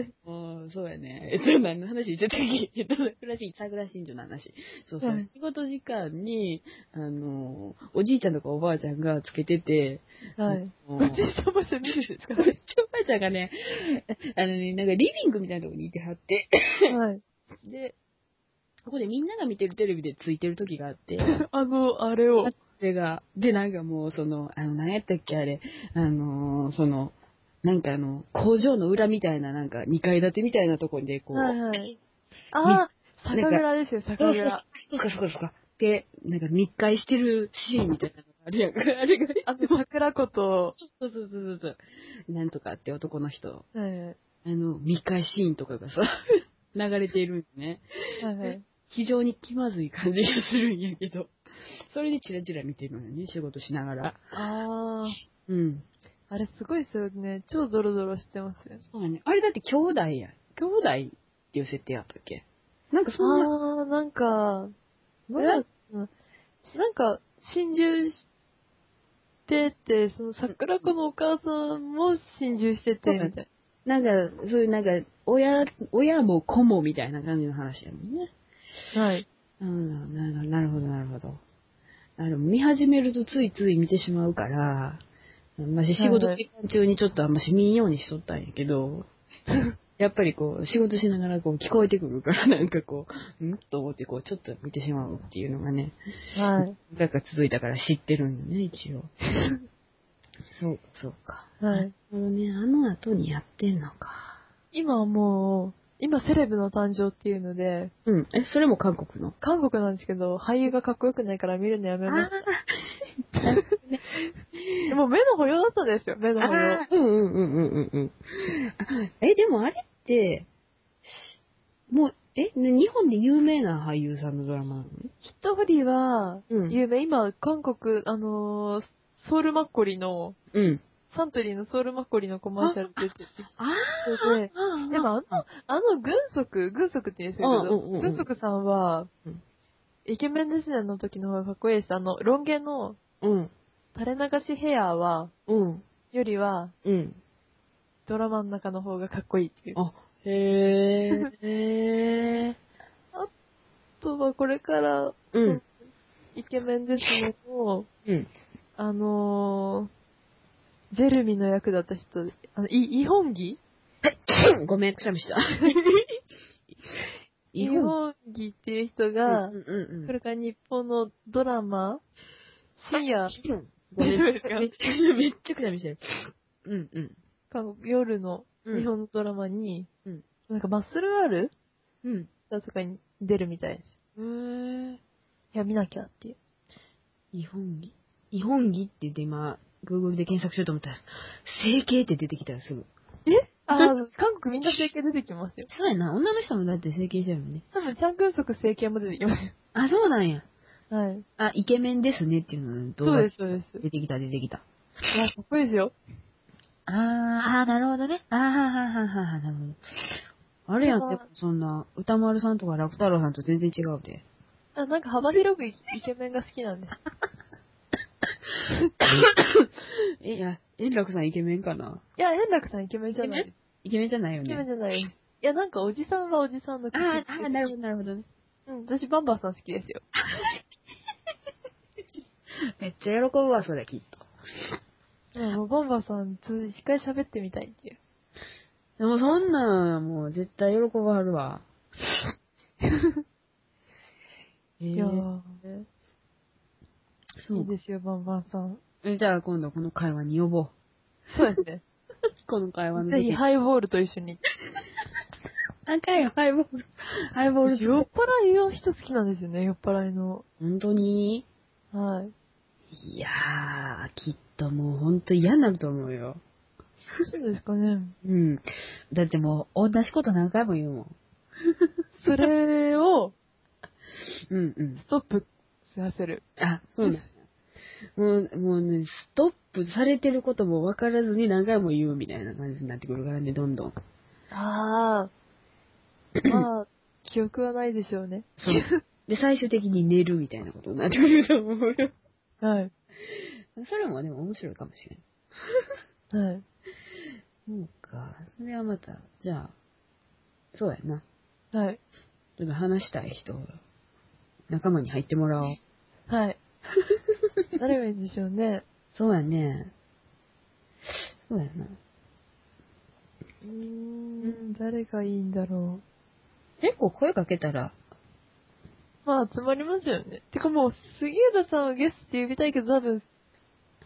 Speaker 2: い。
Speaker 1: もう、そうやね。えっと、何の話ちょっと聞いえっと、桜新、桜新庄の話。そうそう、
Speaker 2: はい
Speaker 1: 仕事時間に、あの、おじいちゃんとかおばあちゃんがつけてて、
Speaker 2: はい。
Speaker 1: もう
Speaker 2: ごちそうさまで見るんですか
Speaker 1: うちおばあちゃんがね、あのね、なんかリビングみたいなとこにいてはって、
Speaker 2: はい。
Speaker 1: で、ここでみんなが見てるテレビでついてる時があって、
Speaker 2: あの、あれを。
Speaker 1: それが、で、なんかもう、その、あの、何やったっけ、あれ、あのーその、なんかあの、工場の裏みたいな、なんか2階建てみたいなとこにで、こう、
Speaker 2: はいはい。ああ、
Speaker 1: なんか
Speaker 2: 酒蔵ですよ、酒
Speaker 1: そうそう
Speaker 2: 蔵。
Speaker 1: そうかそうかそうか。で、なんか密会してるシーンみたいなのがあるやんか。あれが、
Speaker 2: あの、桜子と、
Speaker 1: そうそうそうそうそう。なんとかって男の人、
Speaker 2: はいはい
Speaker 1: あの、密会シーンとかがさ、 流れているんですね。
Speaker 2: はいはい。
Speaker 1: 非常に気まずい感じがするんやけど。それでチラチラ見てるのよね、仕事しながら。
Speaker 2: ああ、
Speaker 1: うん。
Speaker 2: あれすごいですよね。超ドロドロしてますよ。
Speaker 1: そうだね。あれだって兄弟やん。兄弟っていう設定やったっけなんかそんな、
Speaker 2: ああ、なんか、
Speaker 1: まだ
Speaker 2: えなんか、心中してて、その桜子のお母さんも心中してて、みたいな。
Speaker 1: なんか、そういうなんか、親、親も子もみたいな感じの話やもんね。
Speaker 2: はい。
Speaker 1: うん、なるなるほど、なるほど。あの、見始めるとついつい見てしまうから、まあ、仕事時間中にちょっとあんまし見んようにしとったんやけど、やっぱりこう、仕事しながらこう、聞こえてくるから、 なんかこう、んと思ってこう、ちょっと見てしまうっていうのがね、
Speaker 2: はい。
Speaker 1: なんか続いたから知ってるんよね、一 応。そう、そうか。
Speaker 2: はい。
Speaker 1: なるほどね、あの後にやってんのか。
Speaker 2: 今はもう、今セレブの誕生っていうので、
Speaker 1: うん、え、それも韓国の
Speaker 2: 韓国なんですけど、俳優がかっこよくないから見るのやめました。でもう目の保養だったんですよ、目の保養。
Speaker 1: あーうんうんうんうんうんうん。あえ、でもあれって、もう、え、ね日本で有名な俳優さんのドラマなの
Speaker 2: 一人は、
Speaker 1: うん
Speaker 2: 有名、今、韓国、あのーソウルマッコリの、
Speaker 1: うん。
Speaker 2: サントリーのソウルマッコリのコマーシャル出てて、
Speaker 1: あ
Speaker 2: で、
Speaker 1: あ
Speaker 2: でもあの、あの軍足、軍足って言うんですけど、
Speaker 1: うんうんうんうん
Speaker 2: 軍足さんは
Speaker 1: うん、
Speaker 2: イケメンですねの時の方がかっこいいです。あの、ロン毛の
Speaker 1: うん。
Speaker 2: 垂れ流しヘアは、
Speaker 1: うん。
Speaker 2: よりは、
Speaker 1: うん。
Speaker 2: ドラマの中の方がかっこいいっていう。あ
Speaker 1: あ、へえ。へえ。
Speaker 2: とは、これから、
Speaker 1: うん。
Speaker 2: イケメンですねの、
Speaker 1: うん。
Speaker 2: あのー、ジェルミの役だった人、あの、い、イホンギ
Speaker 1: ごめん、くしゃみ した。
Speaker 2: イ
Speaker 1: ン
Speaker 2: ホンギっていう人が、
Speaker 1: うんうんうん
Speaker 2: これから日本のドラマ、深夜、
Speaker 1: ご めん
Speaker 2: 大丈夫ですか
Speaker 1: めっちゃ、めっちゃくちゃ見してる。うんうん。
Speaker 2: 韓国夜の
Speaker 1: うん
Speaker 2: 日本のドラマに、
Speaker 1: うん
Speaker 2: なんかマッスルガール
Speaker 1: うん。
Speaker 2: だとかに出るみたいです。
Speaker 1: えー、
Speaker 2: いや、見なきゃっていう。
Speaker 1: 日本儀日本儀って言って今、Google で検索しようと思ったら、整形って出てきたらすぐ。
Speaker 2: あ ー、韓国みんな整形出てきますよ。
Speaker 1: そうやな、女の人もだって整形してるもんね。
Speaker 2: 多分、チャンクンソク整形も出てきますよ。
Speaker 1: あ、そうなんや。
Speaker 2: はい。
Speaker 1: あ、イケメンですねっていうの動
Speaker 2: そう
Speaker 1: 画
Speaker 2: です、そうです。
Speaker 1: 出てきた、出てきた。
Speaker 2: まあ、かっこいいですよ。
Speaker 1: あー、あーなるほどね。あー、はーはーはーはーはーなるほど。あれやん
Speaker 2: だから、
Speaker 1: そんな、歌丸さんとか楽太郎さんと全然違うで。
Speaker 2: あなんか幅広くイイケメンが好きなんです。
Speaker 1: え、いや、円楽さんイケメンかない
Speaker 2: や、円楽さんイケメンじゃないです。
Speaker 1: イケメンじゃないよ
Speaker 2: イケメン
Speaker 1: ね。
Speaker 2: じゃないです。いや、なんかおじさんはおじさんの
Speaker 1: あー、あー、なるほど、なるほどね。
Speaker 2: ど。うん、私バンバンさん好きですよ。
Speaker 1: めっちゃ喜ぶわ、それ、きっと。
Speaker 2: うん、もうバンバンさん、つ一回喋ってみたいっていう。
Speaker 1: でもそんなん、もう絶対喜ばはる わ。え
Speaker 2: いや
Speaker 1: ー、
Speaker 2: ー、
Speaker 1: そ
Speaker 2: いういですよ、バンバンさん。
Speaker 1: えじゃあ今度この会話に呼ぼう。
Speaker 2: そうですね。
Speaker 1: この会話の
Speaker 2: ぜ
Speaker 1: 時
Speaker 2: ひ、ハイボールと一緒に。
Speaker 1: 赤いハイボール。ハイボール。
Speaker 2: 酔っ払いの人好きなんですよね、酔っ払いの。
Speaker 1: 本当に
Speaker 2: はい。
Speaker 1: いやー、きっともう本当嫌になると思うよ。
Speaker 2: そうですかね。
Speaker 1: うん。だってもう、同じこと何回も言うもん。
Speaker 2: それを、
Speaker 1: うんうん。
Speaker 2: ストップさせる。
Speaker 1: あ、そうなんや。もう、もうね、ストップされてることも分からずに何回も言うみたいな感じになってくるからね、どんどん。
Speaker 2: ああ。まあ、記憶はないでしょうね。
Speaker 1: そう。で、最終的に寝るみたいなことになってくると思うよ。
Speaker 2: はい。
Speaker 1: それもでも面白いかもしれん。
Speaker 2: はい。
Speaker 1: そうか。それはまた、じゃあ、そうやな。
Speaker 2: はい。
Speaker 1: ちょっと話したい人、仲間に入ってもらおう。
Speaker 2: はい。誰がいいんでしょうね。
Speaker 1: そうやね。そうやな。
Speaker 2: うーん、誰がいいんだろ
Speaker 1: 結構声かけたら、
Speaker 2: う。まあ、集まりますよね。てかもう、杉浦さんをゲストって呼びたいけど、多分、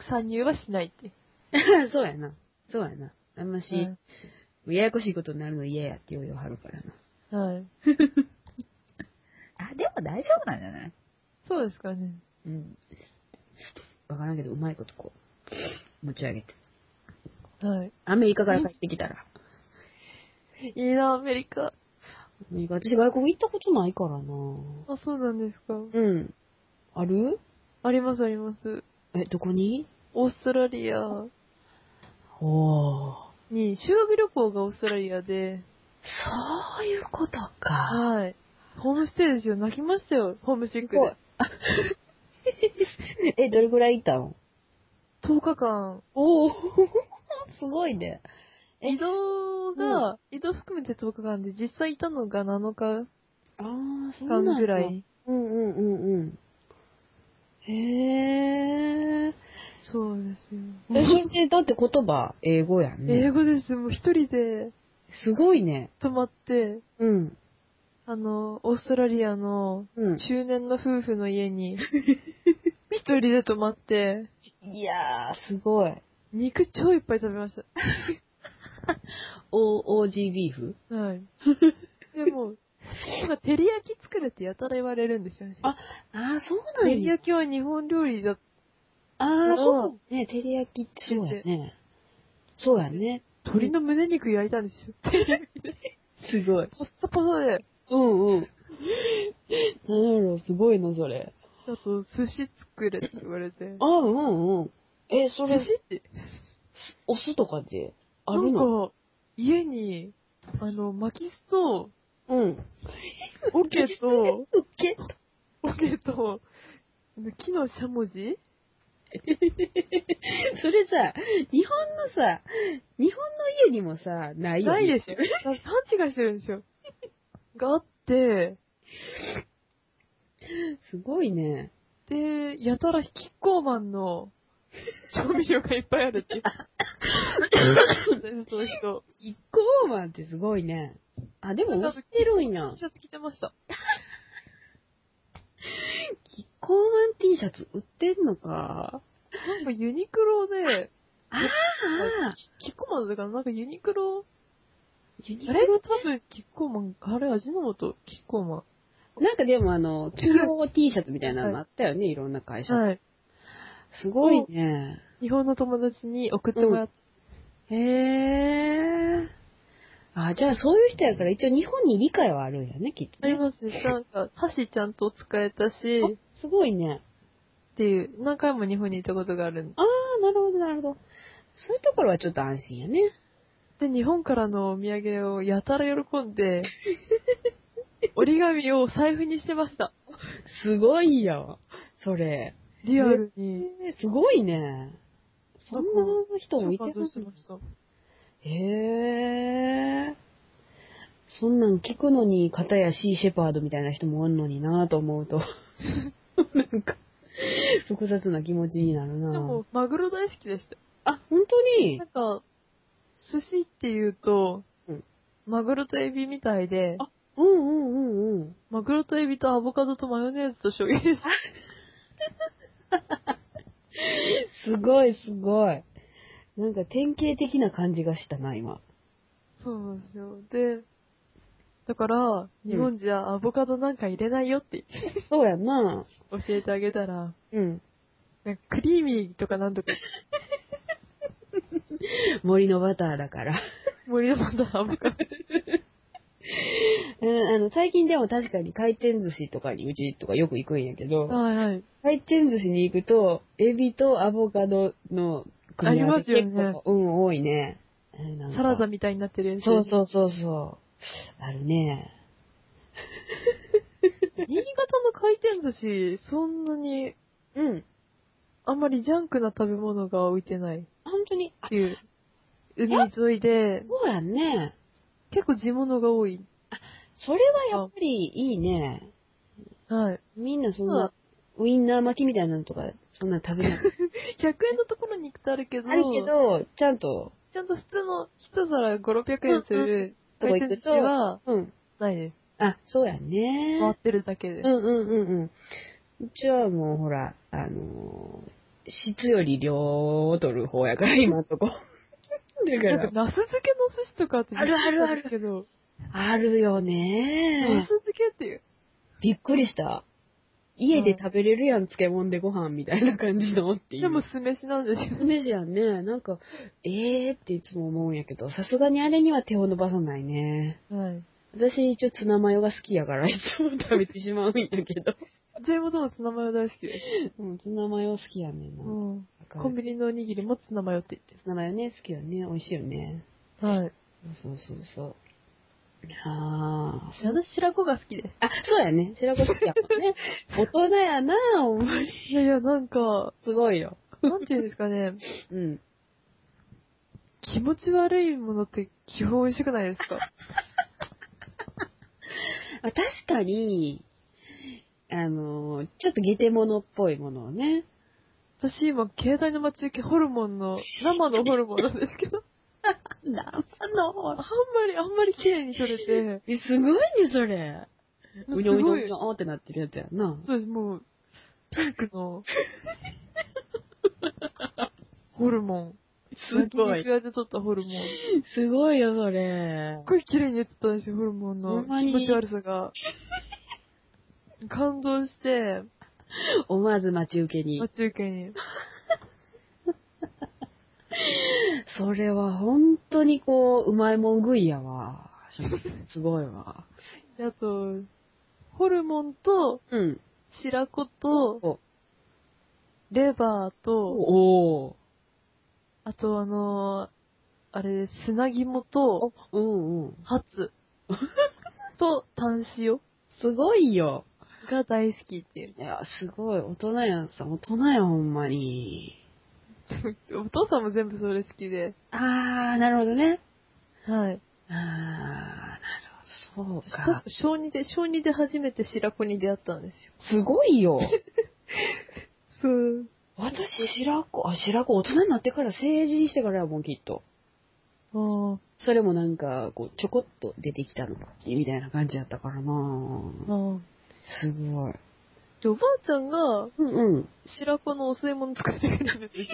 Speaker 2: 参入はしないって。
Speaker 1: そうやな。そうやな。あんまし、
Speaker 2: はい
Speaker 1: ややこしいことになるの嫌やって言うよはるからな。
Speaker 2: はい。
Speaker 1: あ、でも大丈夫なんじゃない
Speaker 2: そうですかね。
Speaker 1: うん。わからんけど、うまいことこう、持ち上げて。
Speaker 2: はい。
Speaker 1: アメリカから帰ってきたら。
Speaker 2: いいな、アメリカ。
Speaker 1: アメリカ私外国行ったことないからな
Speaker 2: あ、そうなんですか。
Speaker 1: うん。ある
Speaker 2: あります、あります。
Speaker 1: え、どこに
Speaker 2: オーストラリア
Speaker 1: おー。
Speaker 2: に、修学旅行がオーストラリアで、
Speaker 1: そういうことか。
Speaker 2: はい。ホームステイですよ。泣きましたよ、ホームシック
Speaker 1: すごい
Speaker 2: で。
Speaker 1: え、どれぐらいいたの
Speaker 2: 10日間、
Speaker 1: おお すごいね。え
Speaker 2: 移動が、移動含めて10日間で、実際いたのが7日
Speaker 1: ああ、そ
Speaker 2: 間ぐらい。
Speaker 1: うんうんうんうん。へえ。
Speaker 2: そうですよ。
Speaker 1: え、それで、だって言葉、英語やん
Speaker 2: 英
Speaker 1: ね。
Speaker 2: 語です。もう一人で
Speaker 1: すごいね。
Speaker 2: 泊まって、
Speaker 1: うん。
Speaker 2: あの、オーストラリアの
Speaker 1: うん。
Speaker 2: 中年の夫婦の 家に、一人で泊まって、
Speaker 1: いやー、すごい。
Speaker 2: 肉超いっぱい食べまし
Speaker 1: O、OG ビーフ
Speaker 2: た。 はい。でも、なんか照り焼き作れってやたら言われるんですよね。
Speaker 1: あああ、そう
Speaker 2: 照り焼きは日本料理だっ
Speaker 1: ああ、
Speaker 2: そ
Speaker 1: そうう。ね、照り焼きってそうやね。そうやね。
Speaker 2: 鶏の胸肉焼いたんですよ。
Speaker 1: すごい。
Speaker 2: パッサパサで。
Speaker 1: うんうん。なんやろ、すごいな、それ。
Speaker 2: あと、寿司作れって言われて。
Speaker 1: あ、うんうん。え、それ
Speaker 2: 寿、司って、
Speaker 1: お酢とかであ
Speaker 2: な
Speaker 1: る
Speaker 2: ん
Speaker 1: の
Speaker 2: か、家に、あの、巻き酢と、
Speaker 1: うん。
Speaker 2: オ ケと、
Speaker 1: うっけ
Speaker 2: オケと、あの木のしゃもじ
Speaker 1: それさ、日本のさ、日本の家にもさ、ないよ、ね。
Speaker 2: ないですよ。だから勘違いしてるん ですよ。があって、
Speaker 1: すごいね。
Speaker 2: で、やたらキッコーマンの調味料がいっぱいあるって いう。そういう人。
Speaker 1: キッコーマンってすごいね。あ、でも売ってるんや。
Speaker 2: T シャツ着てました。
Speaker 1: キッコーマン T シャツ売ってんのか。
Speaker 2: なんかユニクロで、
Speaker 1: ああ、
Speaker 2: キッコーマンだからなんかユニクロ、
Speaker 1: ユニ
Speaker 2: あ
Speaker 1: ク
Speaker 2: れ
Speaker 1: ロ。
Speaker 2: 多分キッコーマン、あれ味の素、キッコーマ
Speaker 1: なんかでもあの、企業 T シャツみたいなのあったよね、いろんな会社。
Speaker 2: ン。はい。
Speaker 1: すごいね。
Speaker 2: 日本の友達に送ってもらって、
Speaker 1: へえ。あ、じゃあそういう人やから一応日本に理解はあるんやね、きっと、
Speaker 2: あり
Speaker 1: ね。
Speaker 2: ますし、なんか箸ちゃんと使えたし、っ
Speaker 1: あすごいね。
Speaker 2: ていう、何回も日本に行ったことがあるんで。
Speaker 1: ああ、なるほど、なるほど。そういうところはちょっと安心やね。
Speaker 2: で、日本からのお土産をやたら喜 んで、折り紙を財布にしてました。
Speaker 1: すごいよ。それ。
Speaker 2: リアルに。
Speaker 1: えーすごいね。そんな人もいて
Speaker 2: 感動
Speaker 1: る
Speaker 2: してました。
Speaker 1: へえ。そんなん聞くのに、片やシーシェパードみたいな人もおんのになぁと思うと、なんか、複雑な気持ちになるなぁ
Speaker 2: でも、マグロ大好きでした。
Speaker 1: あ、本当に
Speaker 2: なんか、寿司って言うと、
Speaker 1: うん
Speaker 2: マグロとエビみたいで、
Speaker 1: あうんうんうんうん。
Speaker 2: マグロとエビとアボカドとマヨネーズと醤油です。
Speaker 1: すごいすごい。なんか典型的な感じがしたな、今。
Speaker 2: そうなんですよ。で、だから、日本じゃアボカドなんか入れないよって
Speaker 1: そうやんな
Speaker 2: 教えてあげたら、
Speaker 1: うん。
Speaker 2: なんかクリーミーとかなんとか、
Speaker 1: 森のバターだから。
Speaker 2: 森のまだアボカド。
Speaker 1: うん、あの、最近でも確かに回転寿司とかにうちとかよく行くんやけど、
Speaker 2: はいはい。
Speaker 1: 回転寿司に行くと、エビとアボカドの組み合わせ
Speaker 2: あり
Speaker 1: 結
Speaker 2: ますよね
Speaker 1: 構、うん、多いね。うんなんか
Speaker 2: サラダみたいになってるやつ。
Speaker 1: そうそうそうそう。あるね。
Speaker 2: 新潟の回転寿司、そんなに、
Speaker 1: うん。
Speaker 2: あんまりジャンクな食べ物が置いてないっ
Speaker 1: 本当に。あ
Speaker 2: ていう。海沿いで、
Speaker 1: そうやんね。
Speaker 2: 結構地物が多い。
Speaker 1: それはやっぱりいいね。
Speaker 2: はい。
Speaker 1: みんなそんな、ウインナー巻きみたいなのとか、そんな食 べない。
Speaker 2: 100円のところに行くとあるけど、
Speaker 1: あるけど、ちゃんと、
Speaker 2: ちゃんと普通の一皿5、600円する
Speaker 1: うんうん
Speaker 2: 回転寿司は
Speaker 1: うん。
Speaker 2: ないです。
Speaker 1: あ、そうやんね。
Speaker 2: 回ってるだけで
Speaker 1: う。んうんうんうん。うちはもうほら、あのー質より量を取る方やから、今んとこ。だか、
Speaker 2: なんからナス漬けの寿司とかって
Speaker 1: あるあるある
Speaker 2: けど、
Speaker 1: あるよ
Speaker 2: ナ
Speaker 1: ね
Speaker 2: ス。漬けっていう。
Speaker 1: びっくりした。家で食べれるやん、漬物でご飯みたいな感じのっていう。
Speaker 2: でも酢飯なんですよ。
Speaker 1: 飯やんね。なんか、えーっていつも思うんやけど、さすがにあれには手を伸ばさないね。
Speaker 2: はい。
Speaker 1: 私一応ツナマヨが好きやから、いつも食べてしまうんやけど。
Speaker 2: ジェイモトもツナマヨ大好きです。
Speaker 1: うん、ツナマヨ好きやねんな。
Speaker 2: うん
Speaker 1: だから
Speaker 2: コンビニのおにぎりもツナマヨって言っ
Speaker 1: ツナマヨね、好きよね。美味しいよね。
Speaker 2: て。はい。
Speaker 1: そうそうそう。ああ。
Speaker 2: 私、白子が好きで
Speaker 1: あ、そうやね。白子好きやもん ね。大人やな、ほんまに。
Speaker 2: す。いやいや、なん か、
Speaker 1: すごいよ。
Speaker 2: なんていうんですかね、
Speaker 1: うん。
Speaker 2: 気持ち悪いものって基本美味しくないですか
Speaker 1: あ確かに、あのーちょっとゲテモノっぽいものをね。
Speaker 2: 私今、携帯の待ち受け、ホルモンの、生のホルモンなんですけど、
Speaker 1: なんの
Speaker 2: あんまり、あんまり綺麗に取れて、
Speaker 1: え、すごいね、それ。うにょう
Speaker 2: す
Speaker 1: にょ
Speaker 2: ご
Speaker 1: う
Speaker 2: い
Speaker 1: に、ょってなってるやつやんな。
Speaker 2: そうです、もう、ピン クの、ホルモン。
Speaker 1: すご
Speaker 2: 焼
Speaker 1: い
Speaker 2: 肉。屋で取ったホルモン。す
Speaker 1: すごいよ、それ
Speaker 2: っ。ごい綺麗にやってたんですよ、ホルモ
Speaker 1: ほ
Speaker 2: ンの
Speaker 1: んまに
Speaker 2: 気持ち悪さ が。感動して、
Speaker 1: 思わず待ち受けに
Speaker 2: 待。ち受けに。
Speaker 1: それは本当にこう、うまいもん食いやわ。 すごいわ。
Speaker 2: であと、ホルモンと、
Speaker 1: うん。
Speaker 2: 白子と、
Speaker 1: お
Speaker 2: レバーと、
Speaker 1: おー
Speaker 2: あとあのーあれ、砂肝と、
Speaker 1: うんうん。
Speaker 2: ハツと、炭塩
Speaker 1: すごいよ。
Speaker 2: が大好きっていう。
Speaker 1: いや、すごい。大人やんさ、大人やほんまに。
Speaker 2: お父さんも全部それ好きで。
Speaker 1: あー、なるほどね。
Speaker 2: はい。
Speaker 1: あー、なるほど。そう
Speaker 2: 確か
Speaker 1: か。
Speaker 2: 小2で、小2で初めて白子に出会ったんですよ。
Speaker 1: すごいよ。
Speaker 2: そう。
Speaker 1: 私、白子、あ、白子、大人になってから、成人してからやもん、きっと。
Speaker 2: あー
Speaker 1: それもなんか、こう、ちょこっと出てきたの、みたいな感じやったからな
Speaker 2: あー。
Speaker 1: すごい。
Speaker 2: で、おばあちゃんが、
Speaker 1: うんうん。
Speaker 2: 白子のお吸い物作ってくれるんですよ。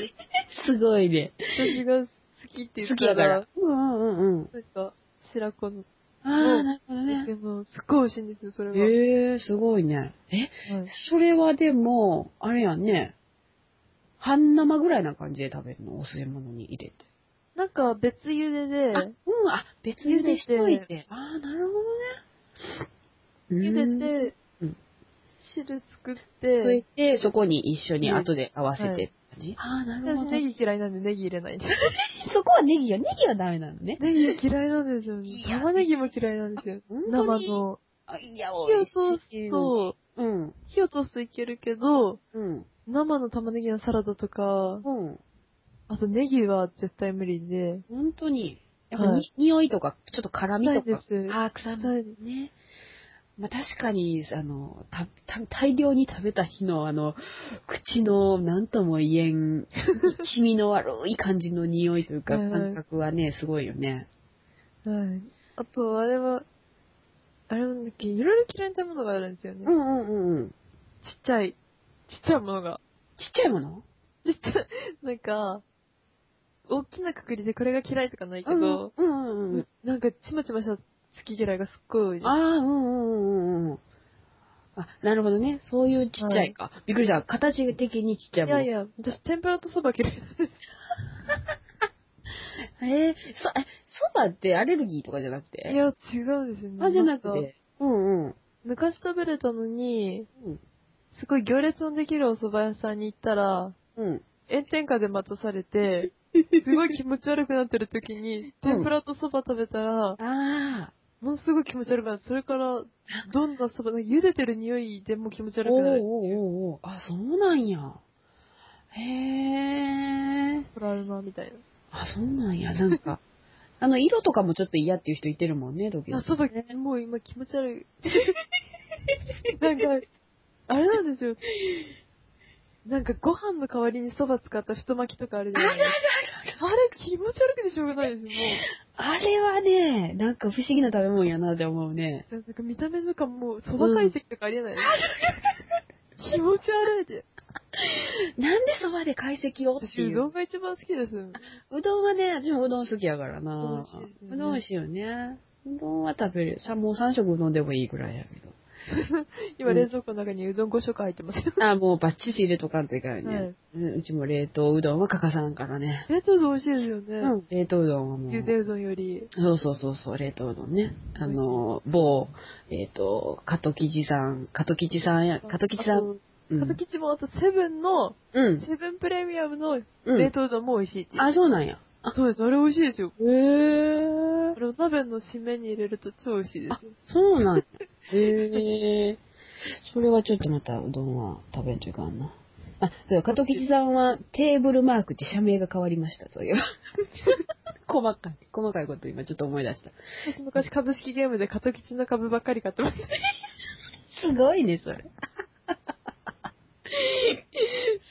Speaker 1: すごいね。
Speaker 2: 私が好きって言
Speaker 1: 好
Speaker 2: っ
Speaker 1: き
Speaker 2: た、
Speaker 1: やからら。うんうんうん。
Speaker 2: なんか、白子の
Speaker 1: ああ、なるほど
Speaker 2: お
Speaker 1: ね
Speaker 2: 吸。い物、すっごい美味しいんですよ、それが。
Speaker 1: ええー、すごいね。え、
Speaker 2: はい
Speaker 1: それはでも、あれやんね。半生ぐらいな感じで食べるの、お吸い物に入れて。
Speaker 2: なんか、別茹でで、
Speaker 1: あ、うん、あ、別茹でしといて。ああ、なるほどね。
Speaker 2: 茹
Speaker 1: うん、
Speaker 2: でて
Speaker 1: うん、
Speaker 2: 汁作っ
Speaker 1: とい
Speaker 2: て、
Speaker 1: て、そこに一緒に
Speaker 2: うん
Speaker 1: 後で合わせてって感じ。ああ、な
Speaker 2: 私ネギ嫌いなんでネギ入れないんです。
Speaker 1: そこはネギよ。ネギはダメなのね。
Speaker 2: ネギ嫌いなんですよね
Speaker 1: い。や
Speaker 2: 玉ねぎも嫌いなんですよ。
Speaker 1: 本当に
Speaker 2: 生。の。
Speaker 1: あ、いや、
Speaker 2: 火
Speaker 1: 美
Speaker 2: を
Speaker 1: 味し
Speaker 2: 通
Speaker 1: い。
Speaker 2: すと、
Speaker 1: うん。
Speaker 2: 火を通すといけるけど、
Speaker 1: うん。
Speaker 2: 生の玉ねぎのサラダとか、
Speaker 1: うん。
Speaker 2: あとネギは絶対無理で、
Speaker 1: 本当に。やっぱに、
Speaker 2: はい
Speaker 1: 匂いとか、ちょっと辛みと
Speaker 2: 臭い
Speaker 1: か
Speaker 2: で。す
Speaker 1: ああ、臭
Speaker 2: 臭
Speaker 1: みね。まあ確かに、あの、た、た、大量に食べた日の、あの、口の、なんとも言え ん、気味の悪い感じの匂いというか、
Speaker 2: はいはい
Speaker 1: 感覚はね、すごいよね。
Speaker 2: はい。あと、あれは、あれなんだっけ、いろいろ嫌いなものがあるんですよね。ちっ
Speaker 1: んうんうんうん。
Speaker 2: ちゃい、ちっちゃいものが。
Speaker 1: ちっちゃいもの
Speaker 2: ちっちゃい、なんか、大きなくくりでこれが嫌いとかないけど、
Speaker 1: うんうんうんうん。
Speaker 2: なんかちまちました好き嫌いがすっごい多いです。
Speaker 1: ああ、うんうんうんうんうん。あ、なるほどね。そういうちっちゃいか。びっくりした。形的にちっちゃい
Speaker 2: い
Speaker 1: もの。
Speaker 2: やいや、私天ぷらとそば嫌いなんです。
Speaker 1: えー、そ、え、そばってアレルギーとかじゃなくて
Speaker 2: いや、違うんですよね。
Speaker 1: あ、じゃなく
Speaker 2: んか。
Speaker 1: て。うんうん。
Speaker 2: 昔食べれたのに、
Speaker 1: うん
Speaker 2: すごい行列のできるお蕎麦屋さんに行ったら、
Speaker 1: うん。
Speaker 2: 炎天下で待たさ れて、すごい気持ち悪くなってる時に、天ぷらとそば食べたら、
Speaker 1: ああ。
Speaker 2: ものすごい気持ち悪くなって、それ から、どんなそば、なんか茹でてる匂いでもう気持ち悪
Speaker 1: おう
Speaker 2: く
Speaker 1: お
Speaker 2: な
Speaker 1: う
Speaker 2: る。
Speaker 1: おうおう。あ、そうなんや。へえ。
Speaker 2: トラウマみたい
Speaker 1: あ、そうなんや。なん か、あの、色とかもちょっと嫌っていう人いてるもんね、時々
Speaker 2: な。あ、。そば、もう今気持ち 悪い。なんか、あれなんですよ。なんかご飯の代わりにそば使った太巻きとかあるじゃないですか。あれ気持ち悪くてしょうがないです よ、も
Speaker 1: あれはね、なんか不思議な食べ物やなって思うね。
Speaker 2: う。なんか見た目とかもう、そば解析とかありえないです。気持ち悪いって。
Speaker 1: なんでそばで解析をって
Speaker 2: 私、う
Speaker 1: い
Speaker 2: ど
Speaker 1: う。
Speaker 2: んが一番好きです。
Speaker 1: うどんはね、私もうどん好きやからな。
Speaker 2: うどん美味しいですよね
Speaker 1: うどん美味しいよね。うどんは食べる。さ、もう3食うどんでもいいぐらいやけど。う
Speaker 2: 今、
Speaker 1: ん
Speaker 2: 冷蔵庫の中にうどん5食入ってます。
Speaker 1: あ、もうバッチリ入れとかんといかんよね。
Speaker 2: はい
Speaker 1: うんうちも冷凍うどんは欠かさんからね。
Speaker 2: 冷凍うどん美味しいですよね。
Speaker 1: うん、冷凍うどんはも
Speaker 2: ゆで
Speaker 1: う。
Speaker 2: うどんより。
Speaker 1: そうそうそうそう、冷凍うどんね。あの、某、えっ、と、加藤吉さん、加藤吉さんや、加藤吉さん。
Speaker 2: あと
Speaker 1: う
Speaker 2: 加
Speaker 1: ん
Speaker 2: 藤。吉もあとセブンの、
Speaker 1: うん。
Speaker 2: セブンプレミアムの
Speaker 1: うん
Speaker 2: 冷凍うどんも美味しいっていう。
Speaker 1: あ、そうなんや。あ、
Speaker 2: そうです、あれ美味しいですよ。
Speaker 1: へえ
Speaker 2: あ。れお鍋の締めに入れると超美味しいですよ。
Speaker 1: そうなんや。 へえ。それはちょっとまたうどんは食べんといかんな。あ、そうや、加藤吉さんはテーブルマークって社名が変わりました、そういう。 細かい、細かいこと今ちょっと思い出した。
Speaker 2: 私昔株式ゲームで加藤吉の株ばっかり買って ました。
Speaker 1: すごいね、それ。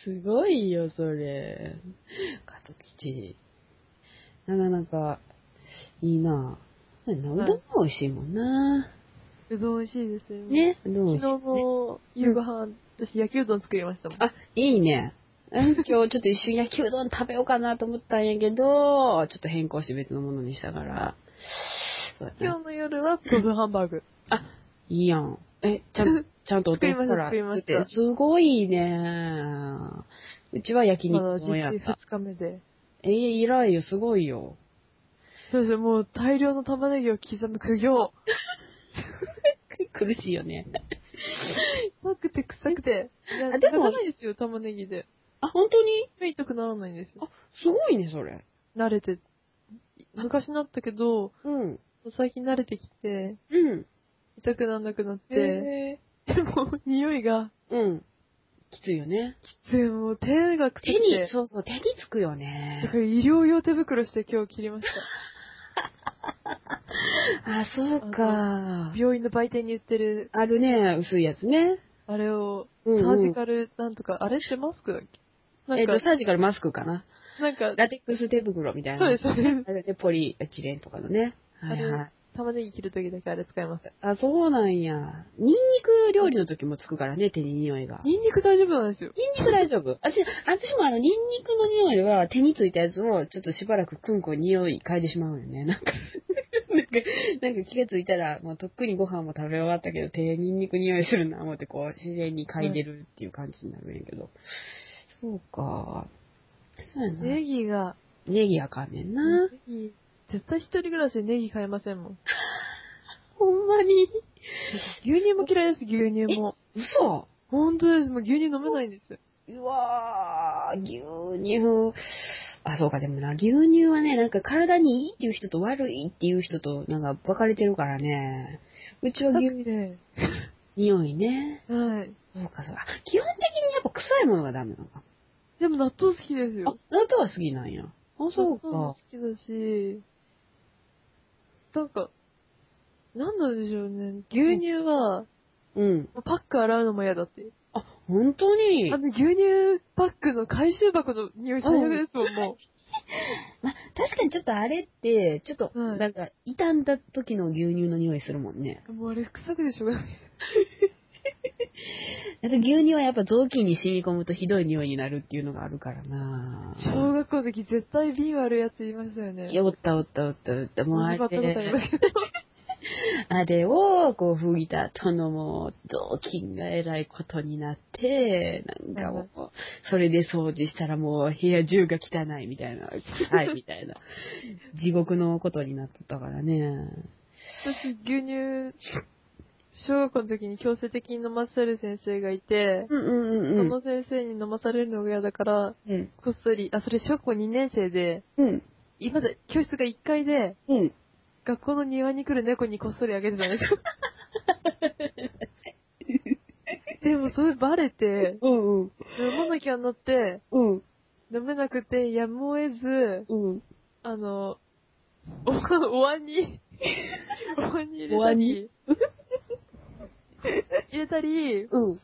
Speaker 1: すごいよ、それ。加藤吉。なかなか、いいなぁ。うどん
Speaker 2: はい
Speaker 1: も美味しいもんな
Speaker 2: うどん美味しいですよ。
Speaker 1: ね。うどん美
Speaker 2: 昨
Speaker 1: 味
Speaker 2: 日
Speaker 1: しい、ね。
Speaker 2: の夕ご飯、私焼きうどん作りましたもん。
Speaker 1: あ、いい ね。うん今日ちょっと一瞬焼きうどん食べようかなと思ったんやけど、ちょっと変更して別のものにしたから。そうや
Speaker 2: 今
Speaker 1: な。
Speaker 2: 日の夜は豆腐ハンバーグ。
Speaker 1: いいやん。え、ちゃ ん、ちゃんとお豆腐から
Speaker 2: 作りま
Speaker 1: 作っ
Speaker 2: し
Speaker 1: て。
Speaker 2: た
Speaker 1: すごいね。うちは焼
Speaker 2: あの、
Speaker 1: 肉
Speaker 2: 実
Speaker 1: もやっ
Speaker 2: 2
Speaker 1: た。
Speaker 2: 日目で。
Speaker 1: えー、偉いよ、すごいよ。
Speaker 2: そうですね、もう大量の玉ねぎを刻む苦行。
Speaker 1: 苦しいよね。
Speaker 2: 臭くて臭くて。いや、
Speaker 1: あ
Speaker 2: で
Speaker 1: で
Speaker 2: も
Speaker 1: も
Speaker 2: ないですよ、玉ねぎで。
Speaker 1: あ、本当に
Speaker 2: 目痛くならないんですよ。
Speaker 1: あ、すごいね、それ。
Speaker 2: 慣れて。昔なったけど、
Speaker 1: うん。
Speaker 2: 最近慣れてきて、
Speaker 1: うん。
Speaker 2: 痛くなんなくなって、
Speaker 1: で、
Speaker 2: でも、匂いが、
Speaker 1: うん。きついよね。
Speaker 2: きつい、もう手が臭く
Speaker 1: 手に、
Speaker 2: て。
Speaker 1: そうそう、手につくよ
Speaker 2: だ
Speaker 1: ね
Speaker 2: か。ら医療用手袋して今日切りまし
Speaker 1: あ、そうか
Speaker 2: た。。病院の売店に売ってる、
Speaker 1: あるね、薄いやつね。
Speaker 2: あれを、サ
Speaker 1: うんうん
Speaker 2: ージカルなんとか、あれってマスクだっけな
Speaker 1: えっ
Speaker 2: んか
Speaker 1: と、、サージカルマスクかな。
Speaker 2: なんか、
Speaker 1: ラテックス手袋みたいな。
Speaker 2: そうです、そうです。
Speaker 1: あれでポリエチレンとかのね。
Speaker 2: あ
Speaker 1: はいは
Speaker 2: れ
Speaker 1: い。、
Speaker 2: 玉ねぎ切るときだけあれ使います。
Speaker 1: あ、そうなんや。ニンニク料理の時もつくからね、手に匂いが。ニ
Speaker 2: ニンニク大丈夫なんですよ。
Speaker 1: ンニク大丈夫。私、私もあの、ニンニクの匂いは手についたやつをちょっとしばらくくんこ匂い嗅いでしまうよね。なんか、なんか、なんか気がついたら、もうとっくにご飯も食べ終わったけど、手ニンニク匂いするな、思ってこう、自然に嗅いでるっていう感じになるんやけど。そうか。そうやな。
Speaker 2: ネギが、
Speaker 1: ネギあかんねんな
Speaker 2: ネ。ギ、絶対一人暮らしでネギ買えませんもん。
Speaker 1: ほんまに。
Speaker 2: 牛乳も嫌いです、牛乳も。
Speaker 1: 嘘
Speaker 2: 本当です、もう牛乳飲めないんですよ。
Speaker 1: うわー、牛乳。あ、そうか、でもな、牛乳はね、なんか体にいいっていう人と悪いっていう人と、なんか分かれてるからね。うちは
Speaker 2: 臭
Speaker 1: 牛
Speaker 2: くて。
Speaker 1: 匂いね。
Speaker 2: はい。
Speaker 1: そうか、そうか。基本的にやっぱ臭いものがダメなのか。
Speaker 2: でも納豆好きです
Speaker 1: あ
Speaker 2: よ。、
Speaker 1: 納豆は好きなんや。あ、そう
Speaker 2: 納豆も
Speaker 1: か
Speaker 2: 好。きだし、なんか、なんなんでしょうね。牛乳は、
Speaker 1: うん。
Speaker 2: パック洗うのも嫌だって。
Speaker 1: あ、本当に
Speaker 2: あ。の牛乳パックの回収箱の匂い最悪ですもん、も
Speaker 1: まあ、確かにちょっとあれって、ちょっと、
Speaker 2: はい
Speaker 1: なんか、傷んだ時の牛乳の匂いするもんね。
Speaker 2: う。もうあれ臭くでしょうがない。
Speaker 1: だって牛乳はやっぱ臓器に染み込むとひどい匂いになるっていうのがあるからな
Speaker 2: 小学校の時絶対瓶割るやついましたよね。
Speaker 1: おったおったおったおった。もうあ
Speaker 2: 始まったことありま
Speaker 1: れ、
Speaker 2: すけど。
Speaker 1: あれをこう吹いた後のもう雑巾がえらいことになって、なんかもう、それで掃除したらもう部屋中が汚いみたいな、臭いみたいな、地獄のことになっとったからね。
Speaker 2: 私、牛乳、小学校の時に強制的に飲ませる先生がいて、
Speaker 1: うんうんう
Speaker 2: そ
Speaker 1: んうん。
Speaker 2: の先生に飲まされるのが嫌だから、
Speaker 1: うん。
Speaker 2: こっそり、あ、それ小学校2年生で、
Speaker 1: うん。
Speaker 2: 今で、教室が1階で、
Speaker 1: うん。
Speaker 2: 学校の庭に来る猫にこっそりあげてたん ですよ。でもそれバレて、
Speaker 1: うん
Speaker 2: 飲まなきゃなって、
Speaker 1: うん。
Speaker 2: 飲めなくて、やむを得ず、
Speaker 1: うん。
Speaker 2: あの、おわ、おわに、おわに入れ
Speaker 1: お椀
Speaker 2: たり、
Speaker 1: に
Speaker 2: 入れたり、
Speaker 1: うん。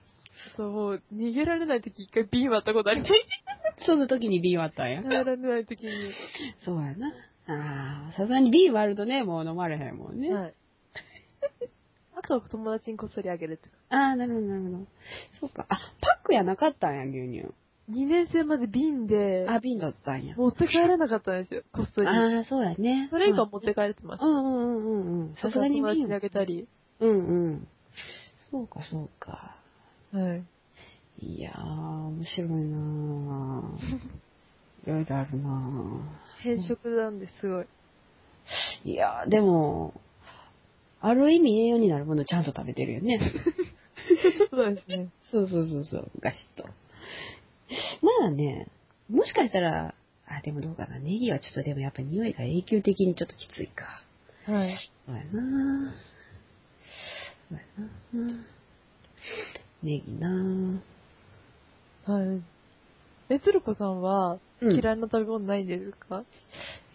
Speaker 2: あともう逃げられない時一回瓶割ったこと あります。
Speaker 1: その時に B 割ったんや
Speaker 2: 逃。げられない時に。
Speaker 1: そうやな。ああ、さすがに B 割るとね、もう飲まれへんもんね。
Speaker 2: はい。 あとは友達にこっそりあげるとか。
Speaker 1: ああ、なるほど、なるほど。そうか。あ、パックやなかったんや、牛乳。
Speaker 2: 2年生まで瓶で、
Speaker 1: あ、瓶だったんや。
Speaker 2: 持って帰れなかったんですよ、こっそり。
Speaker 1: ああ、そうやね。
Speaker 2: それ以降は
Speaker 1: も。
Speaker 2: 持って帰れてます
Speaker 1: う。んうんうんうんうん。さすがに
Speaker 2: 友達
Speaker 1: 瓶
Speaker 2: にあ。げたり。
Speaker 1: うんうん。そうか、そうか。
Speaker 2: はい。
Speaker 1: いやー、面白いなー。いろいろあるな
Speaker 2: 変色なんですごい。
Speaker 1: ー。いやー、でも、ある意味栄養になるものちゃんと食べてるよね。
Speaker 2: そうですね。
Speaker 1: そうそうそうそう、ガシッと。 まあね、もしかしたら、あ、でもどうかな、ネギはちょっとでもやっぱ匂いが永久的にちょっときついか。
Speaker 2: はい。
Speaker 1: そうやなそうやなネギな
Speaker 2: はい。え、つるこさんは、
Speaker 1: うん
Speaker 2: 嫌いな食べ物ないんですか、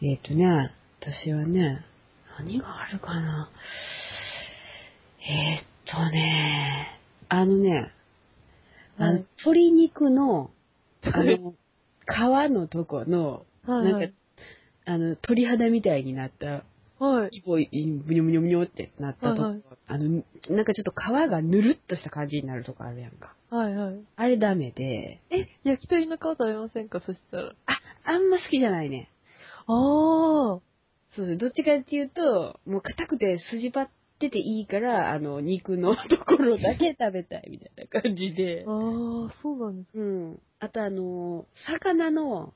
Speaker 1: えっ、とね、私はね、何があるかなえーっとね、あのね、あの
Speaker 2: はい
Speaker 1: 鶏肉の、あ
Speaker 2: はい
Speaker 1: の、皮のとこの、
Speaker 2: はいは
Speaker 1: なん
Speaker 2: い
Speaker 1: か。あの、鳥肌みたいになった、
Speaker 2: はい。
Speaker 1: 一歩、ぶにょぶにょぶにょってなったとこ、
Speaker 2: はいはい
Speaker 1: あの、なんかちょっと皮がぬるっとした感じになるとこあるやんか。
Speaker 2: はいはい。
Speaker 1: あれダメで、
Speaker 2: え、焼き鳥の皮食べませんかそしたら。
Speaker 1: あ、あんま好きじゃないね。
Speaker 2: ああ。
Speaker 1: そうそう、どっちかっていうと、もう硬くて筋張ってていいから、あの、肉のところだけ食べたいみたいな感じで。
Speaker 2: ああ、そうなんで
Speaker 1: うん。あとあの、魚の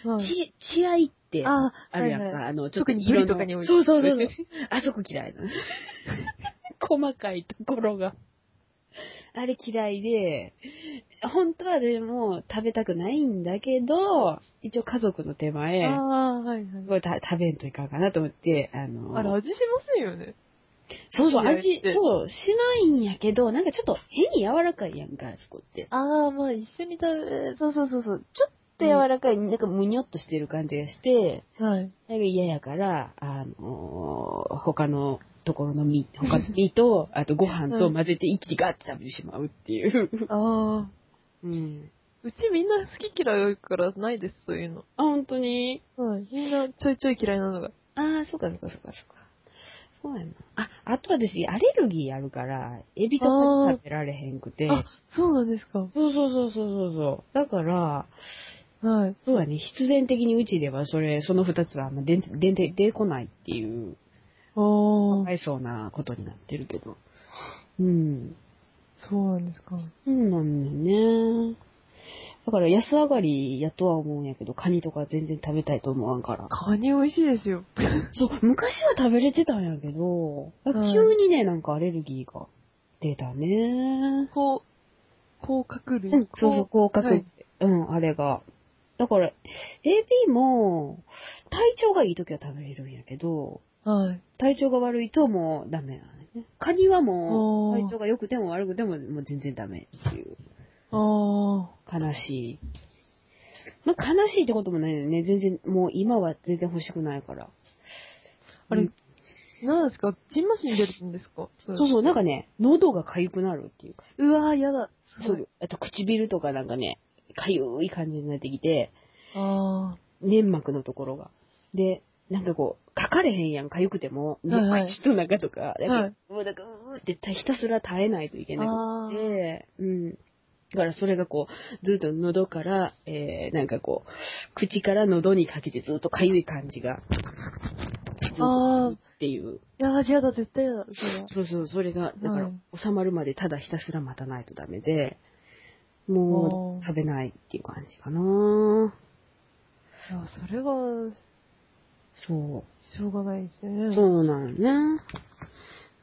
Speaker 2: すか。はい。
Speaker 1: 血、血合いって、
Speaker 2: あ
Speaker 1: あるやんか、
Speaker 2: はいはい
Speaker 1: あの、ちょっと
Speaker 2: 特
Speaker 1: 色の
Speaker 2: にブリとかに多い。
Speaker 1: そうそうそうそう
Speaker 2: です。
Speaker 1: あそこ嫌いな の。細かいところが。あれ嫌いで、本当はでも食べたくないんだけど、一応家族の手
Speaker 2: ね。
Speaker 1: 前
Speaker 2: あ、あ、はいはい。
Speaker 1: これた食べんといかんかなと思って、あの、
Speaker 2: あれ、味しませんよね。
Speaker 1: そうそう、
Speaker 2: 嫌いっ
Speaker 1: 味
Speaker 2: て、
Speaker 1: そう、しないんやけど、なんかちょっと変に柔らかいやんか、あそこって。
Speaker 2: ああ、まあ、一緒に食
Speaker 1: そうそうそうそう、ちょっと柔らかい、なんかむにょっとしてる感じがして、
Speaker 2: べ、はい。
Speaker 1: なんか嫌やから、あのー他のところの身、他の身 と、あとご飯と混ぜて一気にガッて食べてしまうっていう。
Speaker 2: ああ。
Speaker 1: うん。
Speaker 2: うちみんな好き嫌い多いからないです、そういうの。
Speaker 1: あ、本当に
Speaker 2: はい。みんなちょいちょい嫌いなのが。
Speaker 1: ああ、そうかそうかそうかそうか。そうやな。あ、あと私、アレルギーあるから、エビとか食べられへんくて。
Speaker 2: あ、そうなんですか。
Speaker 1: そうそうそうそうそうそう。だから、
Speaker 2: はい。
Speaker 1: そうやね、必然的にうちではそれ、その二つはあんま出ん出んで出てこないっていう、
Speaker 2: あ
Speaker 1: か
Speaker 2: あ、
Speaker 1: わいそうなことになってるけど。うん。
Speaker 2: そうなんですか。
Speaker 1: そうなんだよね。だから安上がりやとは思うんやけど、カニとか全然食べたいと思わんから。
Speaker 2: カニ美味しいですよ。
Speaker 1: そう、昔は食べれてたんやけど、
Speaker 2: はい
Speaker 1: 急にね、なんかアレルギーが出たね。
Speaker 2: こう、甲殻類。
Speaker 1: うん、そうそう、甲殻、
Speaker 2: はい
Speaker 1: うん、あれが。だから、エビも、体調がいい時は食べれるんやけど、
Speaker 2: はい。
Speaker 1: 体調が悪いともうダメなのね。カニはも
Speaker 2: お
Speaker 1: う、
Speaker 2: ー
Speaker 1: 体調が良くても悪くても、もう全然ダメっていう。
Speaker 2: あ
Speaker 1: 悲しい。まあ、悲しいってこともないよね。全然、もう今は全然欲しくないから。
Speaker 2: あれ
Speaker 1: うん
Speaker 2: あ。なんですかジンマシン出るんですかそれ
Speaker 1: そうそう、なんかね、喉が痒くなるっていうか。
Speaker 2: うわー、やだ。す
Speaker 1: そ。
Speaker 2: ごいう
Speaker 1: あと唇とかなんかね、痒い感じになってきて、
Speaker 2: あ
Speaker 1: 粘膜のところが。で、なんかこう、書かれへんやん、痒くても。で
Speaker 2: はいはい
Speaker 1: 口の中とか、
Speaker 2: い
Speaker 1: なんか、うーなんかうーってひたすら耐えないといけ
Speaker 2: ー。
Speaker 1: な
Speaker 2: あ
Speaker 1: く
Speaker 2: ー。
Speaker 1: て、うん。だからそれがこう、ずっと喉から、えー、なんかこう、口から喉にかけてずっと痒い感じが、ずっとするっていう。
Speaker 2: いやー、やだ、絶対やだ。それは
Speaker 1: そうそう、それが、だから
Speaker 2: は、
Speaker 1: 収まるまでただひたすら待たないとダメで、もう、
Speaker 2: あー
Speaker 1: 食べないっていう感じかな。
Speaker 2: いや、それは、
Speaker 1: そう。
Speaker 2: しょうがないですよね。
Speaker 1: そうなんよね。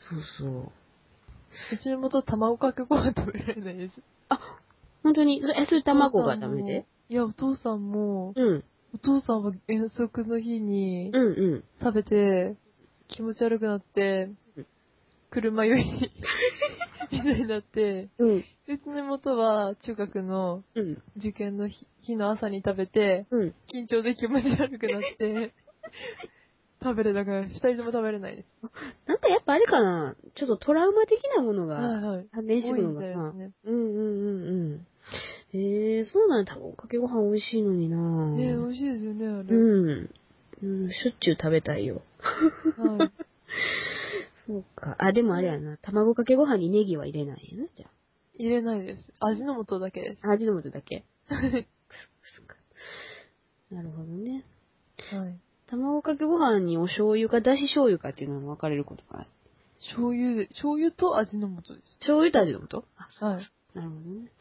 Speaker 1: そうそう。
Speaker 2: うちの元卵かけご飯食べられないです。
Speaker 1: 本当に、そえ、それ卵がダメで
Speaker 2: いや、お父さんも、
Speaker 1: うん。
Speaker 2: お父さんは遠足の日に
Speaker 1: うんうん。
Speaker 2: 食べて、気持ち悪くなって
Speaker 1: うん、
Speaker 2: 車酔い みたいになって、
Speaker 1: うん。
Speaker 2: うちの元は中学の
Speaker 1: うん。
Speaker 2: 受験の日日の朝に食べて、
Speaker 1: うん。
Speaker 2: 緊張で気持ち悪く なって、食べれなくなる。二人とも食べれないです。
Speaker 1: なんかやっぱあれかな、ちょっとトラウマ的なもの
Speaker 2: は
Speaker 1: が、
Speaker 2: いはい。
Speaker 1: 関連して
Speaker 2: 多
Speaker 1: く
Speaker 2: い
Speaker 1: る
Speaker 2: み
Speaker 1: の
Speaker 2: た
Speaker 1: か
Speaker 2: いで
Speaker 1: な
Speaker 2: す。ね。
Speaker 1: うんうんうんうん。えー、そうなんだ。卵かけご飯美味しいのにな
Speaker 2: ね美味しいですよね、あれ。
Speaker 1: うん。うん、しょっちゅう食べたいよ。
Speaker 2: はい。
Speaker 1: そうか。あ、でもあれやな。卵かけご飯にネギは入れないよね、じゃ
Speaker 2: 入れないです。味の素だけです。
Speaker 1: あ。味の素だけ。そっかなるほどね。
Speaker 2: はい。
Speaker 1: 卵かけご飯にお醤油かだし醤油かっていうのが分かれることがある。
Speaker 2: 醤油で、醤油と味の素で
Speaker 1: 醤油と味の素あ、
Speaker 2: す。はい。
Speaker 1: なるほどね。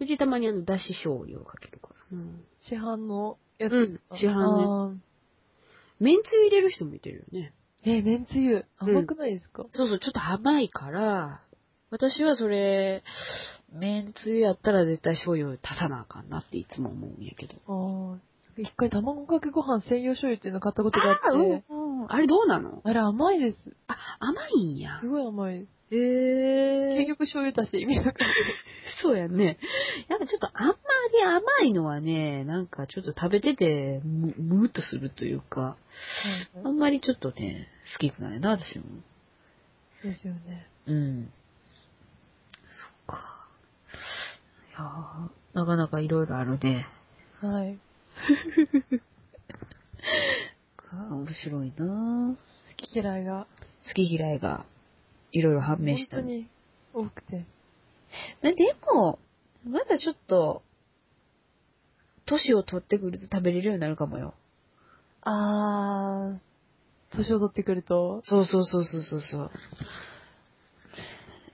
Speaker 1: うちたまにあの、だし醤油をかけるから。うん。
Speaker 2: 市販のやつですか、
Speaker 1: うん市販の
Speaker 2: ね。
Speaker 1: めんつゆ入れる人もいてるよね。
Speaker 2: えー、めんつゆ。
Speaker 1: うん
Speaker 2: 甘くないですか、
Speaker 1: そうそう、ちょっと甘いから、私はそれ、めんつゆやったら絶対醤油足さなあかんなっていつも思うんやけど。
Speaker 2: ああ。一回卵かけご飯専用醤油っていうの買ったことがあって、あ,、
Speaker 1: うん、あれどうなの
Speaker 2: れ甘いです。
Speaker 1: 甘いんや。
Speaker 2: すごい甘い。
Speaker 1: へ
Speaker 2: 結
Speaker 1: え。
Speaker 2: 局醤油だし、意味なく
Speaker 1: そうやね。やっぱちょっとあんまり甘いのはね、なんかちょっと食べててむ、むーっとするというか、あんまりちょっとね、好きくないな、私も。
Speaker 2: ですよね。
Speaker 1: うん。そっか。いやーなかなかいろいろあるね。
Speaker 2: はい。
Speaker 1: か面白いな
Speaker 2: 好き嫌いが、
Speaker 1: 好き嫌いがいろいろ判明
Speaker 2: 本
Speaker 1: した
Speaker 2: 当
Speaker 1: ね。
Speaker 2: に多くて。
Speaker 1: ねでも、まだちょっと、年を取ってくると食べれるようになるかもよ。
Speaker 2: ああ。年を取ってくると、
Speaker 1: そうそうそうそうそうそう。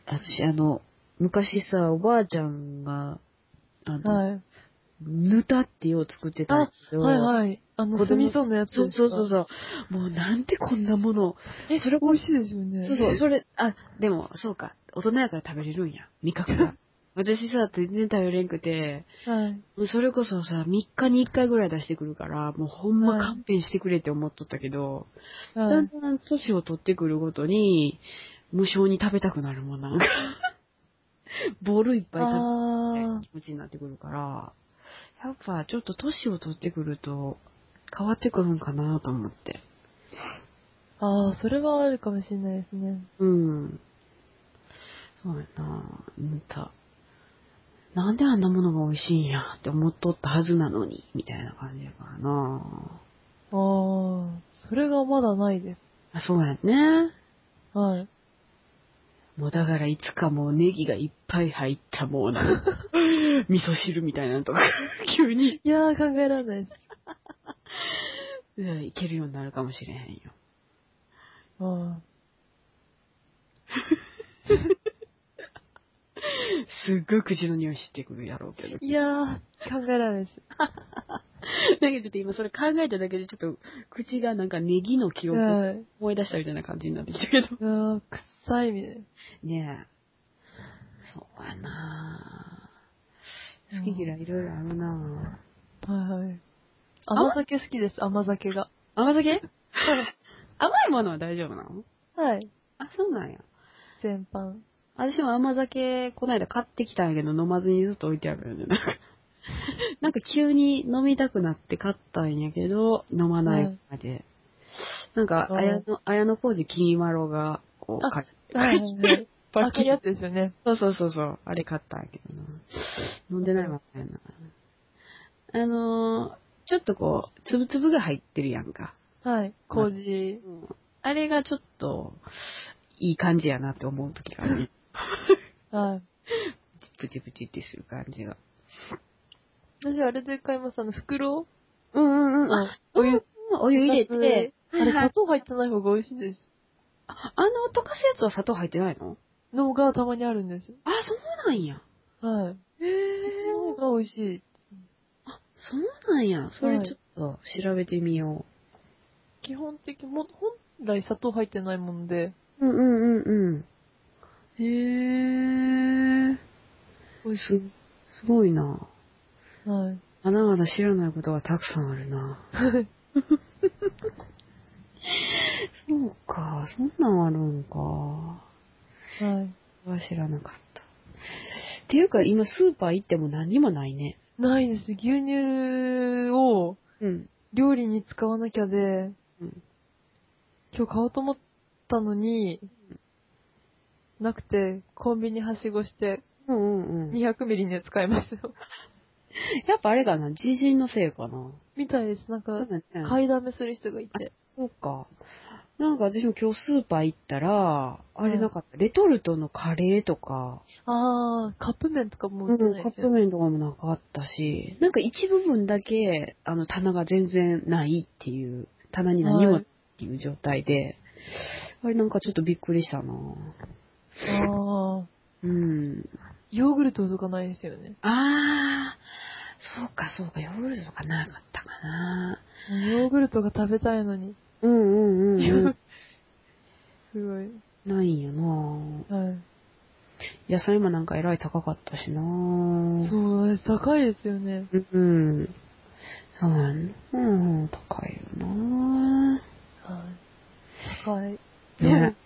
Speaker 1: 私、あの、昔さ、おばあちゃんが、あの、
Speaker 2: はい。
Speaker 1: ぬたってよう作ってたんですよ。
Speaker 2: はいはい。あの、
Speaker 1: 子
Speaker 2: ス
Speaker 1: 供
Speaker 2: ミソンのやつ
Speaker 1: そう
Speaker 2: ですか
Speaker 1: そうそうそう。もうなんでこんなものを。
Speaker 2: え、
Speaker 1: そ
Speaker 2: そ
Speaker 1: れ
Speaker 2: れ
Speaker 1: こ
Speaker 2: 美味しいですよね。
Speaker 1: そうそう、それ、あ、でも、そうか。大人やから食べれるんや。味覚が。私さ、全然食べれんくて、
Speaker 2: はい。
Speaker 1: もうそれこそさ、3日に1回ぐらい出してくるから、もうほんま勘弁してくれって思っとったけど、だ
Speaker 2: は
Speaker 1: ん
Speaker 2: い。
Speaker 1: だん年を取ってくるごとに、無性に食べたくなるもん なんか。ボールいっぱい食べ
Speaker 2: あ
Speaker 1: 気持ちになってくるから、やっぱちょっと年を取ってくると変わってくるんかなと思って。
Speaker 2: あ、ああ、それはあるかもしれないですね。
Speaker 1: うん。そうやなぁ、ぬた。なんであんなものが美味しいんやって思っとったはずなのに、みたいな感じやからな
Speaker 2: あー、それがまだないです。
Speaker 1: あ、そうやね。
Speaker 2: はい。
Speaker 1: もうだからいつかもうネギがいっぱい入ったもう なんか味噌汁みたいなのとか、 急に、
Speaker 2: いやー、考えられないです。
Speaker 1: うんいけるようになるかもしれへんよ。
Speaker 2: あ
Speaker 1: すっごい口の匂いしてくるやろうけど
Speaker 2: ー。いやー、考えられないです。
Speaker 1: なんかちょっと今それ考えただけでちょっと口がなんかネギの記憶を
Speaker 2: はい。
Speaker 1: 思い出したみたいな感じになってきたけど。
Speaker 2: うわー、臭いみたいな。
Speaker 1: ねえ。そうやなぁ好き嫌いいろいろあるなぁ
Speaker 2: はいはい。甘酒好きです、甘酒が。
Speaker 1: 甘酒甘いものは大丈夫なの
Speaker 2: はい。
Speaker 1: あ、そうなんや。
Speaker 2: 全 般。
Speaker 1: 私も甘酒、こないだ買ってきたんやけど、飲まずにずっと置いてあるよね。なんか、なんか急に飲みたくなって買ったんやけど、飲まないまで。なんか、
Speaker 2: うん
Speaker 1: 綾の、綾小路きみまろが、こう、
Speaker 2: あ
Speaker 1: 買い
Speaker 2: はいはいはい。
Speaker 1: パッ
Speaker 2: 赤
Speaker 1: キ
Speaker 2: いやつですよね。
Speaker 1: そうそうそうそう。あれ買ったんやけどな。飲んでないわけやな。あのー、ちょっとこう、つぶつぶが入ってるやんか。
Speaker 2: はい。麹。
Speaker 1: あれがちょっと、いい感じやなって思う時がある。
Speaker 2: はい。
Speaker 1: プチプチってする感じが。
Speaker 2: 私、あれで買います。あの、袋
Speaker 1: うんうんうん。あ、お湯、お湯入れ
Speaker 2: お
Speaker 1: て、
Speaker 2: あれ、砂糖入ってない方が美味しいです。
Speaker 1: ああの溶かすやつは砂糖入ってないの
Speaker 2: のがたまにあるんです。
Speaker 1: あ、そうなんや。
Speaker 2: はい。
Speaker 1: へえ
Speaker 2: そっちの方が美味しい。
Speaker 1: そうなんや。それちょっと調べてみよ
Speaker 2: 基本的、も、本来砂糖入ってないもんで、
Speaker 1: う。うんうんうんうん。へえ。
Speaker 2: 美味しいです
Speaker 1: ごいな。
Speaker 2: す。はい。
Speaker 1: まだまだ知らないことがたくさんある な。そうか、そんなんあるんか。
Speaker 2: はい。
Speaker 1: それは知らなかった。っていうか、今スーパー行っても何にもないね。
Speaker 2: ないです。牛乳を
Speaker 1: うん。
Speaker 2: 料理に使わなきゃで、
Speaker 1: うん
Speaker 2: 今日買おうと思ったのに、なくて、コンビニはしごして、
Speaker 1: うんうんうん。
Speaker 2: 200ミリのやつ買いましたよ。
Speaker 1: やっぱあれかな、地震のせいかな。
Speaker 2: みたいです。なんか、
Speaker 1: ね、
Speaker 2: 買いだめする人がいて。
Speaker 1: そうか。なんか私も今日スーパー行ったら、あれなかった、レトルトのカレーとか、
Speaker 2: あー、カップ麺とかも
Speaker 1: う
Speaker 2: 売って
Speaker 1: ん、
Speaker 2: ない
Speaker 1: カッ
Speaker 2: です
Speaker 1: プ
Speaker 2: よ。
Speaker 1: 麺とかもなかったし、なんか一部分だけ、あの、棚が全然ないっていう、棚に何もっていう状態で、あれなんかちょっとびっくりしたな
Speaker 2: あー、
Speaker 1: うん。
Speaker 2: ヨーグルトとかないですよね。
Speaker 1: あー、そうかそうか、ヨーグルトとかなかったかな
Speaker 2: ヨーグルトが食べたいのに。
Speaker 1: うんうんうん、
Speaker 2: すごい。
Speaker 1: ないんやな
Speaker 2: はい。
Speaker 1: 野菜もなんかえらい高かったしなう。
Speaker 2: そうです。高いですよね。
Speaker 1: うん。そうやんうん、高いよな
Speaker 2: はい。高い。でも
Speaker 1: ね、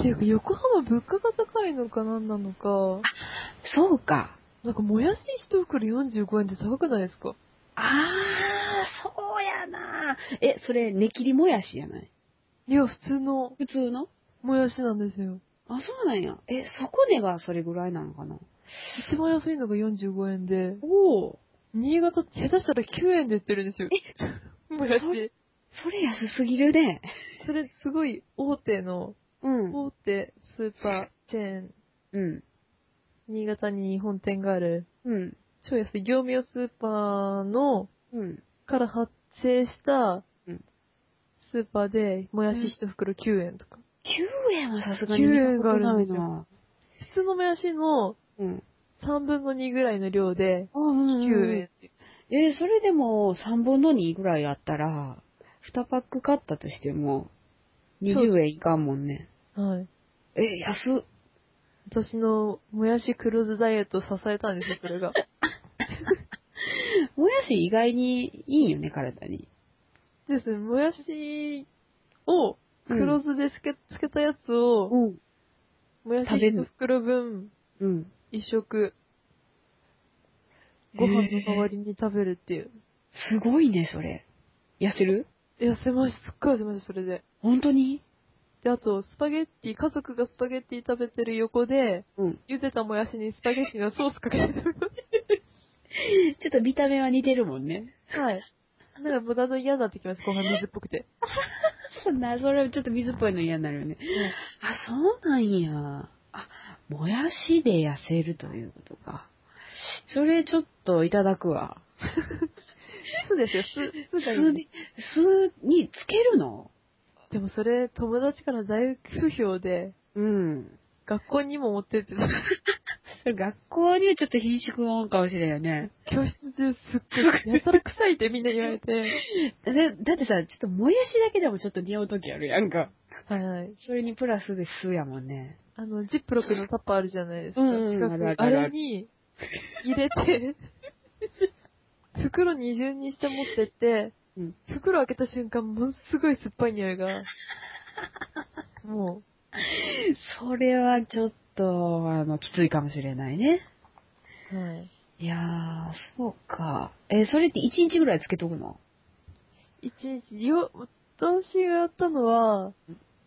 Speaker 2: ていうか横浜物価が高いのかなんなのか、
Speaker 1: そうか。
Speaker 2: なんかもやし一袋45円って高くないですか
Speaker 1: あー、そうやなえ、それ、根切りもやしやない
Speaker 2: いや、普通の
Speaker 1: 普通の
Speaker 2: もやしなんですよ。
Speaker 1: あ、そうなんや。え、底根がそれぐらいなのかな
Speaker 2: 一番安いのが45円で、
Speaker 1: おお。
Speaker 2: 新潟って下手したら9円で売ってるんですよ。もやし。
Speaker 1: それ安すぎるね。
Speaker 2: それすごい大手の、
Speaker 1: うん。
Speaker 2: 大手スーパーチェーン、
Speaker 1: うん。
Speaker 2: 新潟に本店がある、
Speaker 1: うん。
Speaker 2: 超安い業務用スーパーの、
Speaker 1: うん。
Speaker 2: から発生した
Speaker 1: うん、
Speaker 2: スーパーで、もやし一袋9円とか。
Speaker 1: 9円はさすがに見たことないな。
Speaker 2: 普通のもやしの
Speaker 1: うん。
Speaker 2: 3分の2ぐらいの量で、
Speaker 1: あ、うん
Speaker 2: 9円っていう。
Speaker 1: えーそれでも3分の2ぐらいあったら、2パック買ったとしても、20円いかんもんね。
Speaker 2: はい。
Speaker 1: えー、安っ。
Speaker 2: 私のもやし黒酢ダイエットを支えたんですよ、それが。
Speaker 1: もやし意外にいいよね、体に。
Speaker 2: ですね、もやしを、黒酢でつけ、つけたやつを、
Speaker 1: うん。
Speaker 2: もやし
Speaker 1: 食べる
Speaker 2: 1袋分、
Speaker 1: うん。
Speaker 2: 一食、ご飯の代わりに食べるっていう。
Speaker 1: すごいね、それ。痩せる
Speaker 2: 痩せました、すっごい痩せました、それで。
Speaker 1: 本当に
Speaker 2: で、あと、スパゲッティ、家族がスパゲッティ食べてる横で、
Speaker 1: うん。
Speaker 2: 茹でたもやしにスパゲッティのソースかけて食べま
Speaker 1: ちょっと見た目は似てるもんね。
Speaker 2: す。はい。なんか無駄の嫌になってきます、ご飯水っぽくて。
Speaker 1: そうな、それちょっと水っぽいの嫌になるよね。あ、そうなんや。あ、もやしで痩せるということか。それちょっといただくわ。
Speaker 2: 酢ですよ、酢。酢がい
Speaker 1: 酢
Speaker 2: いね
Speaker 1: に、酢につけるの
Speaker 2: でもそれ、友達から大不評で、
Speaker 1: うん。
Speaker 2: 学校にも持ってってた。
Speaker 1: それ学校にはちょっと貧縮もんかもしれんよね。
Speaker 2: 教室中すっごい、やたら臭いってみんな言われて。
Speaker 1: だだってさ、ちょっともやしだけでもちょっと匂う時あるやんか。
Speaker 2: はいはい。
Speaker 1: それにプラスで酢やもんね。
Speaker 2: あの、ジップロックのタッパーあるじゃないですか。
Speaker 1: うんうん
Speaker 2: 四角い
Speaker 1: あるあ
Speaker 2: あ
Speaker 1: るある
Speaker 2: れに入れ て、袋二重にして持ってって、
Speaker 1: うん。
Speaker 2: 袋開けた瞬間、ものすごい酸っぱい匂いが。も
Speaker 1: それはちょっと、あの、きついかもしれないね。
Speaker 2: う、はい。
Speaker 1: いやー、そうか。えそれって1日ぐらいつけとくの
Speaker 2: 一日、よ、私がやったのは、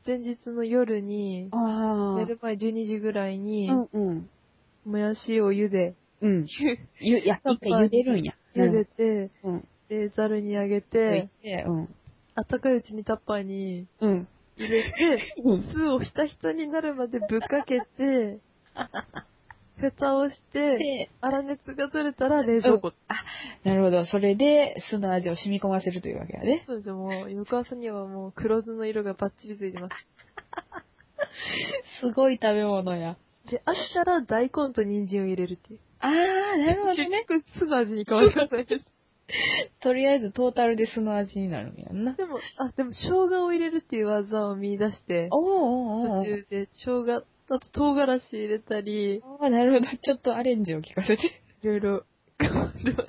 Speaker 2: 前日の夜に、
Speaker 1: あ
Speaker 2: 寝る前12時ぐらいに、
Speaker 1: うんうん。
Speaker 2: もやしを茹で、
Speaker 1: うん。ゆ、いや、
Speaker 2: やっ
Speaker 1: 一
Speaker 2: ぱ
Speaker 1: 回茹でるんや。
Speaker 2: 茹でて、
Speaker 1: うん。うん。
Speaker 2: で、ざるにあげ
Speaker 1: 置
Speaker 2: て
Speaker 1: い、てうん。
Speaker 2: あったかいうちにタッパーに
Speaker 1: うん。
Speaker 2: 入れて、酢をひたひたになるまでぶっかけ て、蓋をして、
Speaker 1: で、
Speaker 2: 粗熱が取れたら冷蔵庫。
Speaker 1: なるほど。それで、酢の味を染み込ませるというわけやね。
Speaker 2: そうですよ、もう、翌朝にはもう黒酢の色がバッチリついてます。
Speaker 1: すごい食べ物や。
Speaker 2: で、飽きたら大根と人参を入れるっていう。
Speaker 1: あー、なるほど
Speaker 2: 結
Speaker 1: ね。
Speaker 2: 局酢の味に変わりまないです。
Speaker 1: とりあえずトータルで酢の味になるんやんな。
Speaker 2: でも、あ、でも生姜を入れるっていう技を見出して、
Speaker 1: おーおーお
Speaker 2: 途
Speaker 1: ー
Speaker 2: 中で生姜、あと唐辛子入れたり、い
Speaker 1: あー、なるほど。ちょっとアレンジを聞かせて。
Speaker 2: ろいろ変わりまし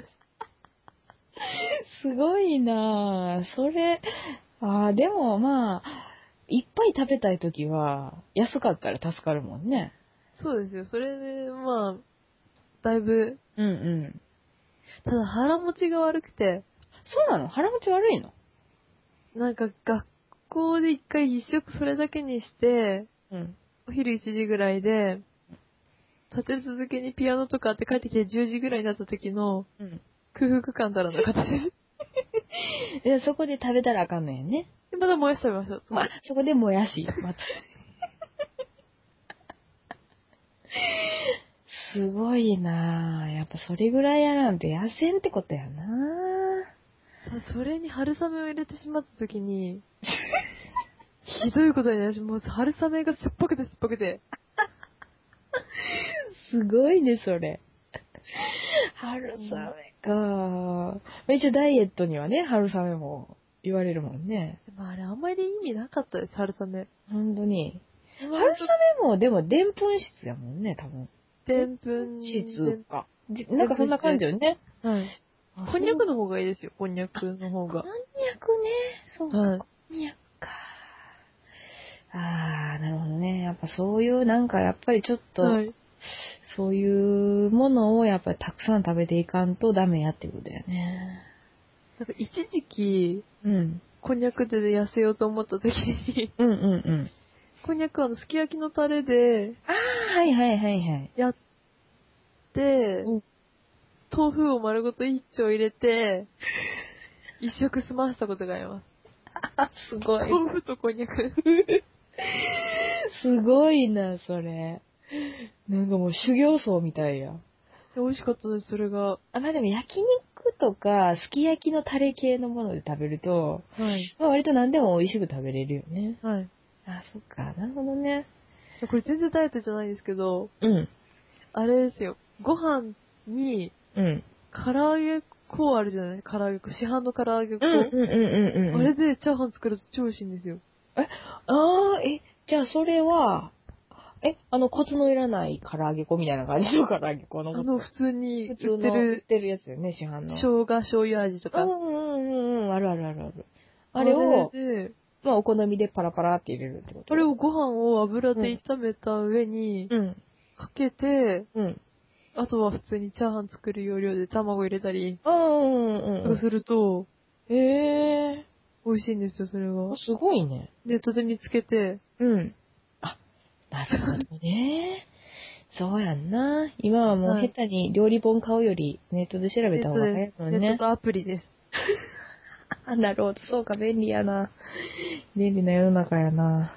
Speaker 1: すごいなぁ。それ、ああ、でもまあ、いっぱい食べたいときは、安かったら助かるもんね。
Speaker 2: た。そうですよ、それで、まあ、だいぶ、
Speaker 1: うんうん。
Speaker 2: ただ腹持ちが悪くて、
Speaker 1: そうなの腹持ち悪いの
Speaker 2: なんか学校で一回一食それだけにして、
Speaker 1: うん。
Speaker 2: お昼1時ぐらいで、立て続けにピアノとかあって帰ってきて10時ぐらいになった時の
Speaker 1: うん。
Speaker 2: 空腹感たらなかったです。
Speaker 1: で、そこで食べたらあかんのやね。
Speaker 2: でまた燃やしてみました。
Speaker 1: まあ、そこでもやし。 また。すごいなぁ。やっぱそれぐらいやらんと痩せんってことやな
Speaker 2: それに春雨を入れてしまった時に、ひどいことになりました。もう春雨が酸っぱくて酸っぱくて。
Speaker 1: すごいね、そ れ。春雨か。一応ダイエットにはね、春雨も言われるもんね。
Speaker 2: でもあれあんまり意味なかったです、春雨。
Speaker 1: 本当に。
Speaker 2: 春
Speaker 1: 春雨も、でも、でんぷん質やもんね、多分。
Speaker 2: でんぷん。
Speaker 1: 質か。じなんかそんな感じよね。
Speaker 2: はい。
Speaker 1: あ
Speaker 2: こんにゃ
Speaker 1: そ
Speaker 2: く
Speaker 1: う
Speaker 2: の方がいいですよ、こんにゃくの方が
Speaker 1: こん。にゃくね。そうか、
Speaker 2: はい
Speaker 1: こんにゃくか。あー、なるほどね。やっぱそういう、なんかやっぱりちょっと、
Speaker 2: はい。
Speaker 1: そういうものをやっぱりたくさん食べていかんとダメやっていうことだよね。
Speaker 2: なんか一時期、
Speaker 1: うん。
Speaker 2: こんにゃくで痩せようと思った時に、
Speaker 1: うんうんうん。
Speaker 2: こんにゃくはあのすき焼きのタレで
Speaker 1: ああ、はいはいはいはい。
Speaker 2: やって、
Speaker 1: うん
Speaker 2: 豆腐を丸ごと一丁入れて、一食済ましたことがあります。
Speaker 1: あ、すご
Speaker 2: 豆腐とこんにゃく。
Speaker 1: すごいな、それ。なんかもう修行僧みたいや。
Speaker 2: 美味しかったです、それが。
Speaker 1: あ、まあでも焼肉とか、すき焼きのタレ系のもので食べると、
Speaker 2: はい。
Speaker 1: まあ、割と何でも美味しく食べれるよね。
Speaker 2: はい。
Speaker 1: あ、そっか。なるほどね。
Speaker 2: これ全然ダイエットじゃないですけど、
Speaker 1: うん。
Speaker 2: あれですよ。ご飯に、
Speaker 1: うん。
Speaker 2: 唐揚げ粉あるじゃない唐揚げ粉。市販の唐揚げ粉。
Speaker 1: うんうんうんうんうん。
Speaker 2: あれでチャーハン作ると超美味しいんですよ。
Speaker 1: ああ、え、じゃあそれは、え、あの、コツのいらない唐揚げ粉みたいな感じの唐揚げ粉の
Speaker 2: あの、普通に
Speaker 1: 普
Speaker 2: 売っ
Speaker 1: 通
Speaker 2: て
Speaker 1: の売っ
Speaker 2: る
Speaker 1: てるやつよね、市販の。
Speaker 2: 生姜醤油味と
Speaker 1: う
Speaker 2: か。
Speaker 1: んうんうんうん、あるあるあるある。あれ
Speaker 2: あ
Speaker 1: を、
Speaker 2: れで、
Speaker 1: まあお好みでパラパラって入れるってこと
Speaker 2: あれをご飯を油で炒めた上に
Speaker 1: うん。
Speaker 2: かけて、
Speaker 1: うん。
Speaker 2: あとは普通にチャーハン作る要領で卵入れたり、
Speaker 1: うんうんうんう
Speaker 2: すると、
Speaker 1: ん。へえ。
Speaker 2: 美味しいんですよ、それは。
Speaker 3: すごいね。
Speaker 2: ネットで見つけて、
Speaker 3: うん。あ、なるほどね。そうやんな。今はも
Speaker 2: は
Speaker 3: う
Speaker 2: い
Speaker 3: 下手に料理本買うよりネットで調べ
Speaker 2: ネ
Speaker 3: た
Speaker 2: ッ
Speaker 3: 方
Speaker 2: ト
Speaker 3: が早い
Speaker 2: で
Speaker 3: も
Speaker 2: す。
Speaker 3: ん
Speaker 2: ネッ
Speaker 3: ね
Speaker 2: ト。とアプリです。
Speaker 3: あ、なるほど。そうか、便利やな。便利な世の中やな。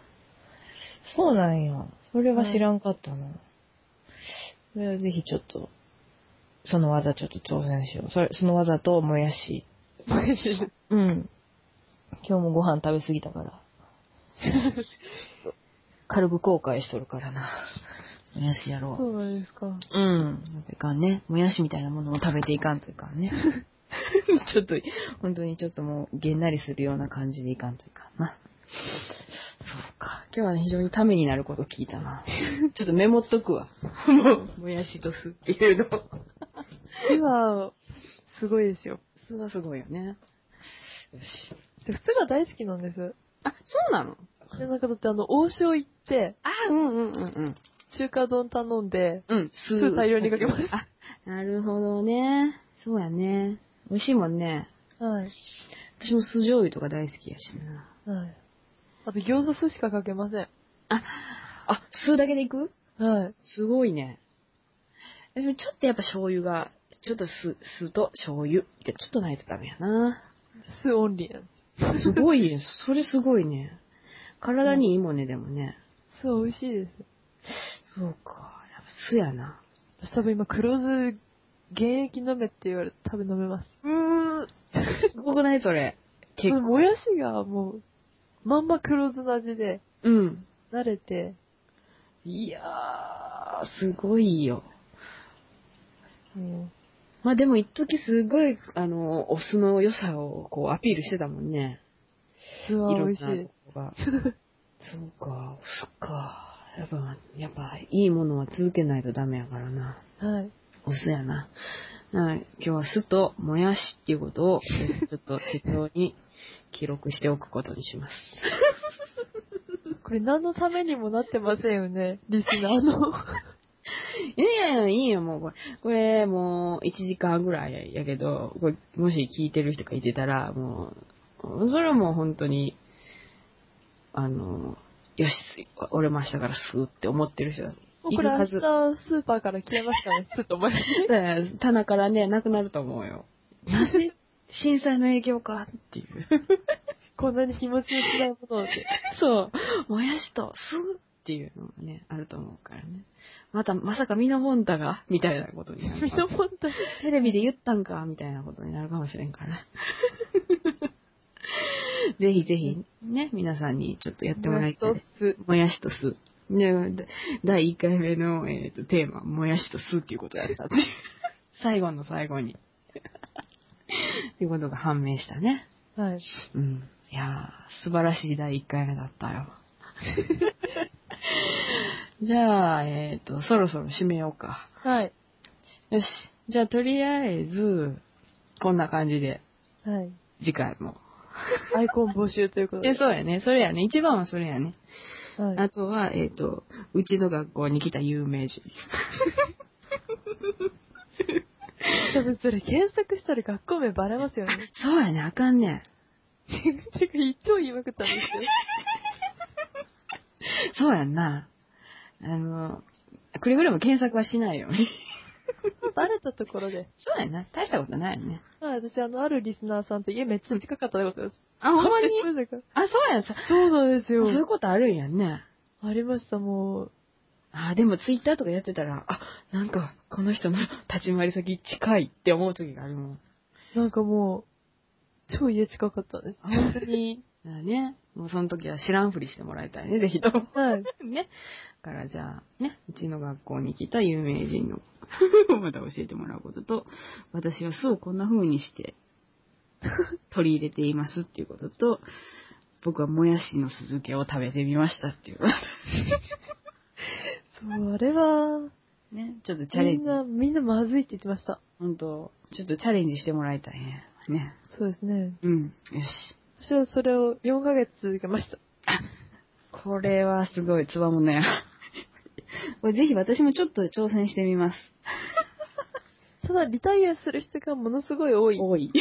Speaker 3: そうなんや。それは知らんかったな。それはぜひちょっと、その技ちょっと挑戦しよう。それその技ともやし。うん。今日もご飯食べ過ぎた から。軽く後悔しとるからな。もやしやろ
Speaker 2: そうなんですか。
Speaker 3: う。うん。やっぱいかんね。もやしみたいなものを食べていかんといかんね。 ちょっと、本当にちょっともう、げんなりするような感じでいかんといかんな。そうか。今日はね、非常にためになること聞いた な。ちょっとメモっとくわ。も うもやしと酢っていうの。
Speaker 2: 今、すごいですよ。
Speaker 1: 酢はすごいよね。
Speaker 3: よし。
Speaker 2: で普通が大好きなんです。
Speaker 1: あ、そうなの
Speaker 2: で、なんかだってあの、王将行って、
Speaker 1: あ、うんうんうんうん。
Speaker 2: 中華丼頼んで、
Speaker 1: うん、
Speaker 2: 酢大量にかけます
Speaker 1: あ、なるほどね。そうやね。美味しいもんね。
Speaker 2: はい。
Speaker 1: 私も酢醤油とか大好きやしな。
Speaker 2: はい。あと、餃子酢しかかけません。
Speaker 1: あ、酢だけでいく
Speaker 2: はい。
Speaker 1: すごいね。でもちょっとやっぱ醤油が、ちょっと酢、酢と醤油ってちょっとないとダメやな。
Speaker 2: 酢オンリーなんです。
Speaker 1: すごいね。それすごいね。体にいいもんね、でもね。
Speaker 2: 酢美味しいです。
Speaker 1: そうか。やっぱ酢やな。
Speaker 2: 私多分今、黒酢、現役飲めって言われて多分飲めます。
Speaker 1: うーん。すごくないそれ。結構。
Speaker 2: もやしがもう、まんま黒酢の味で、
Speaker 1: うん。
Speaker 2: 慣れて、
Speaker 1: いやー、すごいよ。
Speaker 2: も
Speaker 1: まあでも一時すごい、あの、お酢の良さをこうアピールしてたもんね。
Speaker 2: う、酢は美味しいです。
Speaker 1: と こが。そうか、お酢か。やっぱ、やっぱいいものは続けないとダメやからな。
Speaker 2: はい。
Speaker 1: お酢やな。はい、今日は酢ともやしっていうこと を、えちょっと適当に記録しておくことにします。
Speaker 2: これ何のためにもなってませんよね、リスナー の。
Speaker 1: いやいやいや、いいよ、もうこれ。これ、もう、1時間ぐらいやけど、これ、もし聞いてる人がいてたら、もう、それはもう本当に、あの、よし、折れましたから、すーって思ってる人が
Speaker 2: もう
Speaker 1: い
Speaker 2: こ
Speaker 1: る
Speaker 2: れ
Speaker 1: は
Speaker 2: 明日
Speaker 1: ず。
Speaker 2: スーパーから消えますからね、ちょっと思います。
Speaker 1: うん棚からね、なくなると思うよ。なぜ震災の影響かっていう。
Speaker 2: こんなに日持ちの違うものって。
Speaker 1: そう、もやしと酢っていうのがね、あると思うからね。また、まさかミノモンタがみたいなことになるかもしれ
Speaker 2: みん
Speaker 1: な。
Speaker 2: ないもんだ。
Speaker 1: テレビで言ったんかみたいなことになるかもしれん から。ぜひぜひね、皆さんにちょっとやってもらいたい。
Speaker 2: つ。
Speaker 1: もやしと酢。ね、だ第1回目の、えーとテーマ、もやしと酢っていうことやった っていう。最後の最後に。っていうことが判明したね。
Speaker 2: はい。
Speaker 1: うん。いやー、素晴らしい第1回目だった よ。じゃあ、えっ、と、そろそろ締めようか。
Speaker 2: はい。
Speaker 1: よし。じゃあ、とりあえず、こんな感じで、
Speaker 2: はい。
Speaker 1: 次回も。
Speaker 2: アイコン募集ということで。
Speaker 1: え、そうやね。それやね。一番はそれやね。
Speaker 2: はい。
Speaker 1: あとは、えっ、と、うちの学校に来た有名人。
Speaker 2: 多分それ検索したら学校名バレますよ ね。
Speaker 1: そうやね。あかんね。
Speaker 2: てか、一応言いまくったんですけど。
Speaker 1: そうやんな。あの、くれぐれも検索はしないように。
Speaker 2: バレたところで。
Speaker 1: そうやな。大したことないよね。
Speaker 2: はい、私、あの、あるリスナーさんと家めっちゃ近かったってことです。
Speaker 1: あ、ほんまに
Speaker 2: 発表しましたか
Speaker 1: あ、そうやん。さ
Speaker 2: そうなんです
Speaker 1: そ
Speaker 2: よ
Speaker 1: う。いうことあるんやんね。
Speaker 2: ありました、もう。
Speaker 1: あーでもツイッターとかやってたら、あ、なんか、この人の立ち回り先近いって思う時がある もん。
Speaker 2: なんかもう、超家近かったです。
Speaker 1: 本当に。だからね。もうその時は知らんふりしてもらいたいね、ぜひとも。
Speaker 2: はい。
Speaker 1: ね。だからじゃあ、ね、うちの学校に来た有名人の、 また教えてもらうことと、私は酢をこんな風にして、 取り入れていますっていうことと、僕はもやしの酢漬けを食べてみましたっていう。
Speaker 2: そう、あれは、
Speaker 1: ね、ちょっとチャレ
Speaker 2: み
Speaker 1: ン
Speaker 2: ん
Speaker 1: ジ、
Speaker 2: な、みんなまずいって言ってました。
Speaker 1: 本当ちょっとチャレンジしてもらいたいね。ね。
Speaker 2: そうですね。
Speaker 1: うん、よし。
Speaker 2: 私はそれを4ヶ月続けました。
Speaker 1: これはすごい、つばもね。 これぜひ私もちょっと挑戦してみます。
Speaker 2: ただ、リタイアする人がものすごい多い。
Speaker 1: 多い。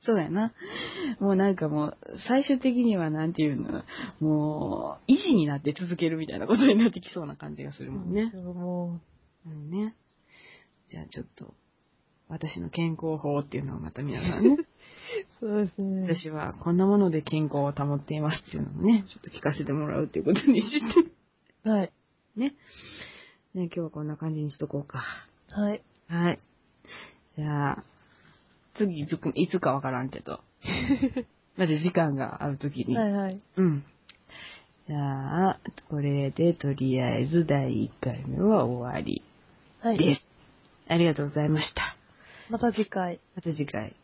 Speaker 1: そうやな。もうなんかもう、最終的にはなんていうの、もう、維持になって続けるみたいなことになってきそうな感じがするもんね。
Speaker 3: も
Speaker 1: うんね。じゃあちょっと、私の健康法っていうのをまた皆さん ね、
Speaker 2: そうですね。
Speaker 1: 私はこんなもので健康を保っていますっていうのをね、ちょっと聞かせてもらうっていうことにして。
Speaker 2: はい。
Speaker 1: ね。ね、今日はこんな感じにしとこうか。
Speaker 2: はい。
Speaker 1: はい。じゃあ、次いつくいつかわからんけ ど。まず時間があるときに。
Speaker 2: はいはい。
Speaker 1: うん。じゃあ、これでとりあえず第1回目は終わり
Speaker 2: は
Speaker 1: で
Speaker 2: い。
Speaker 1: す。ありがとうございました。
Speaker 2: また次回。
Speaker 1: また次回。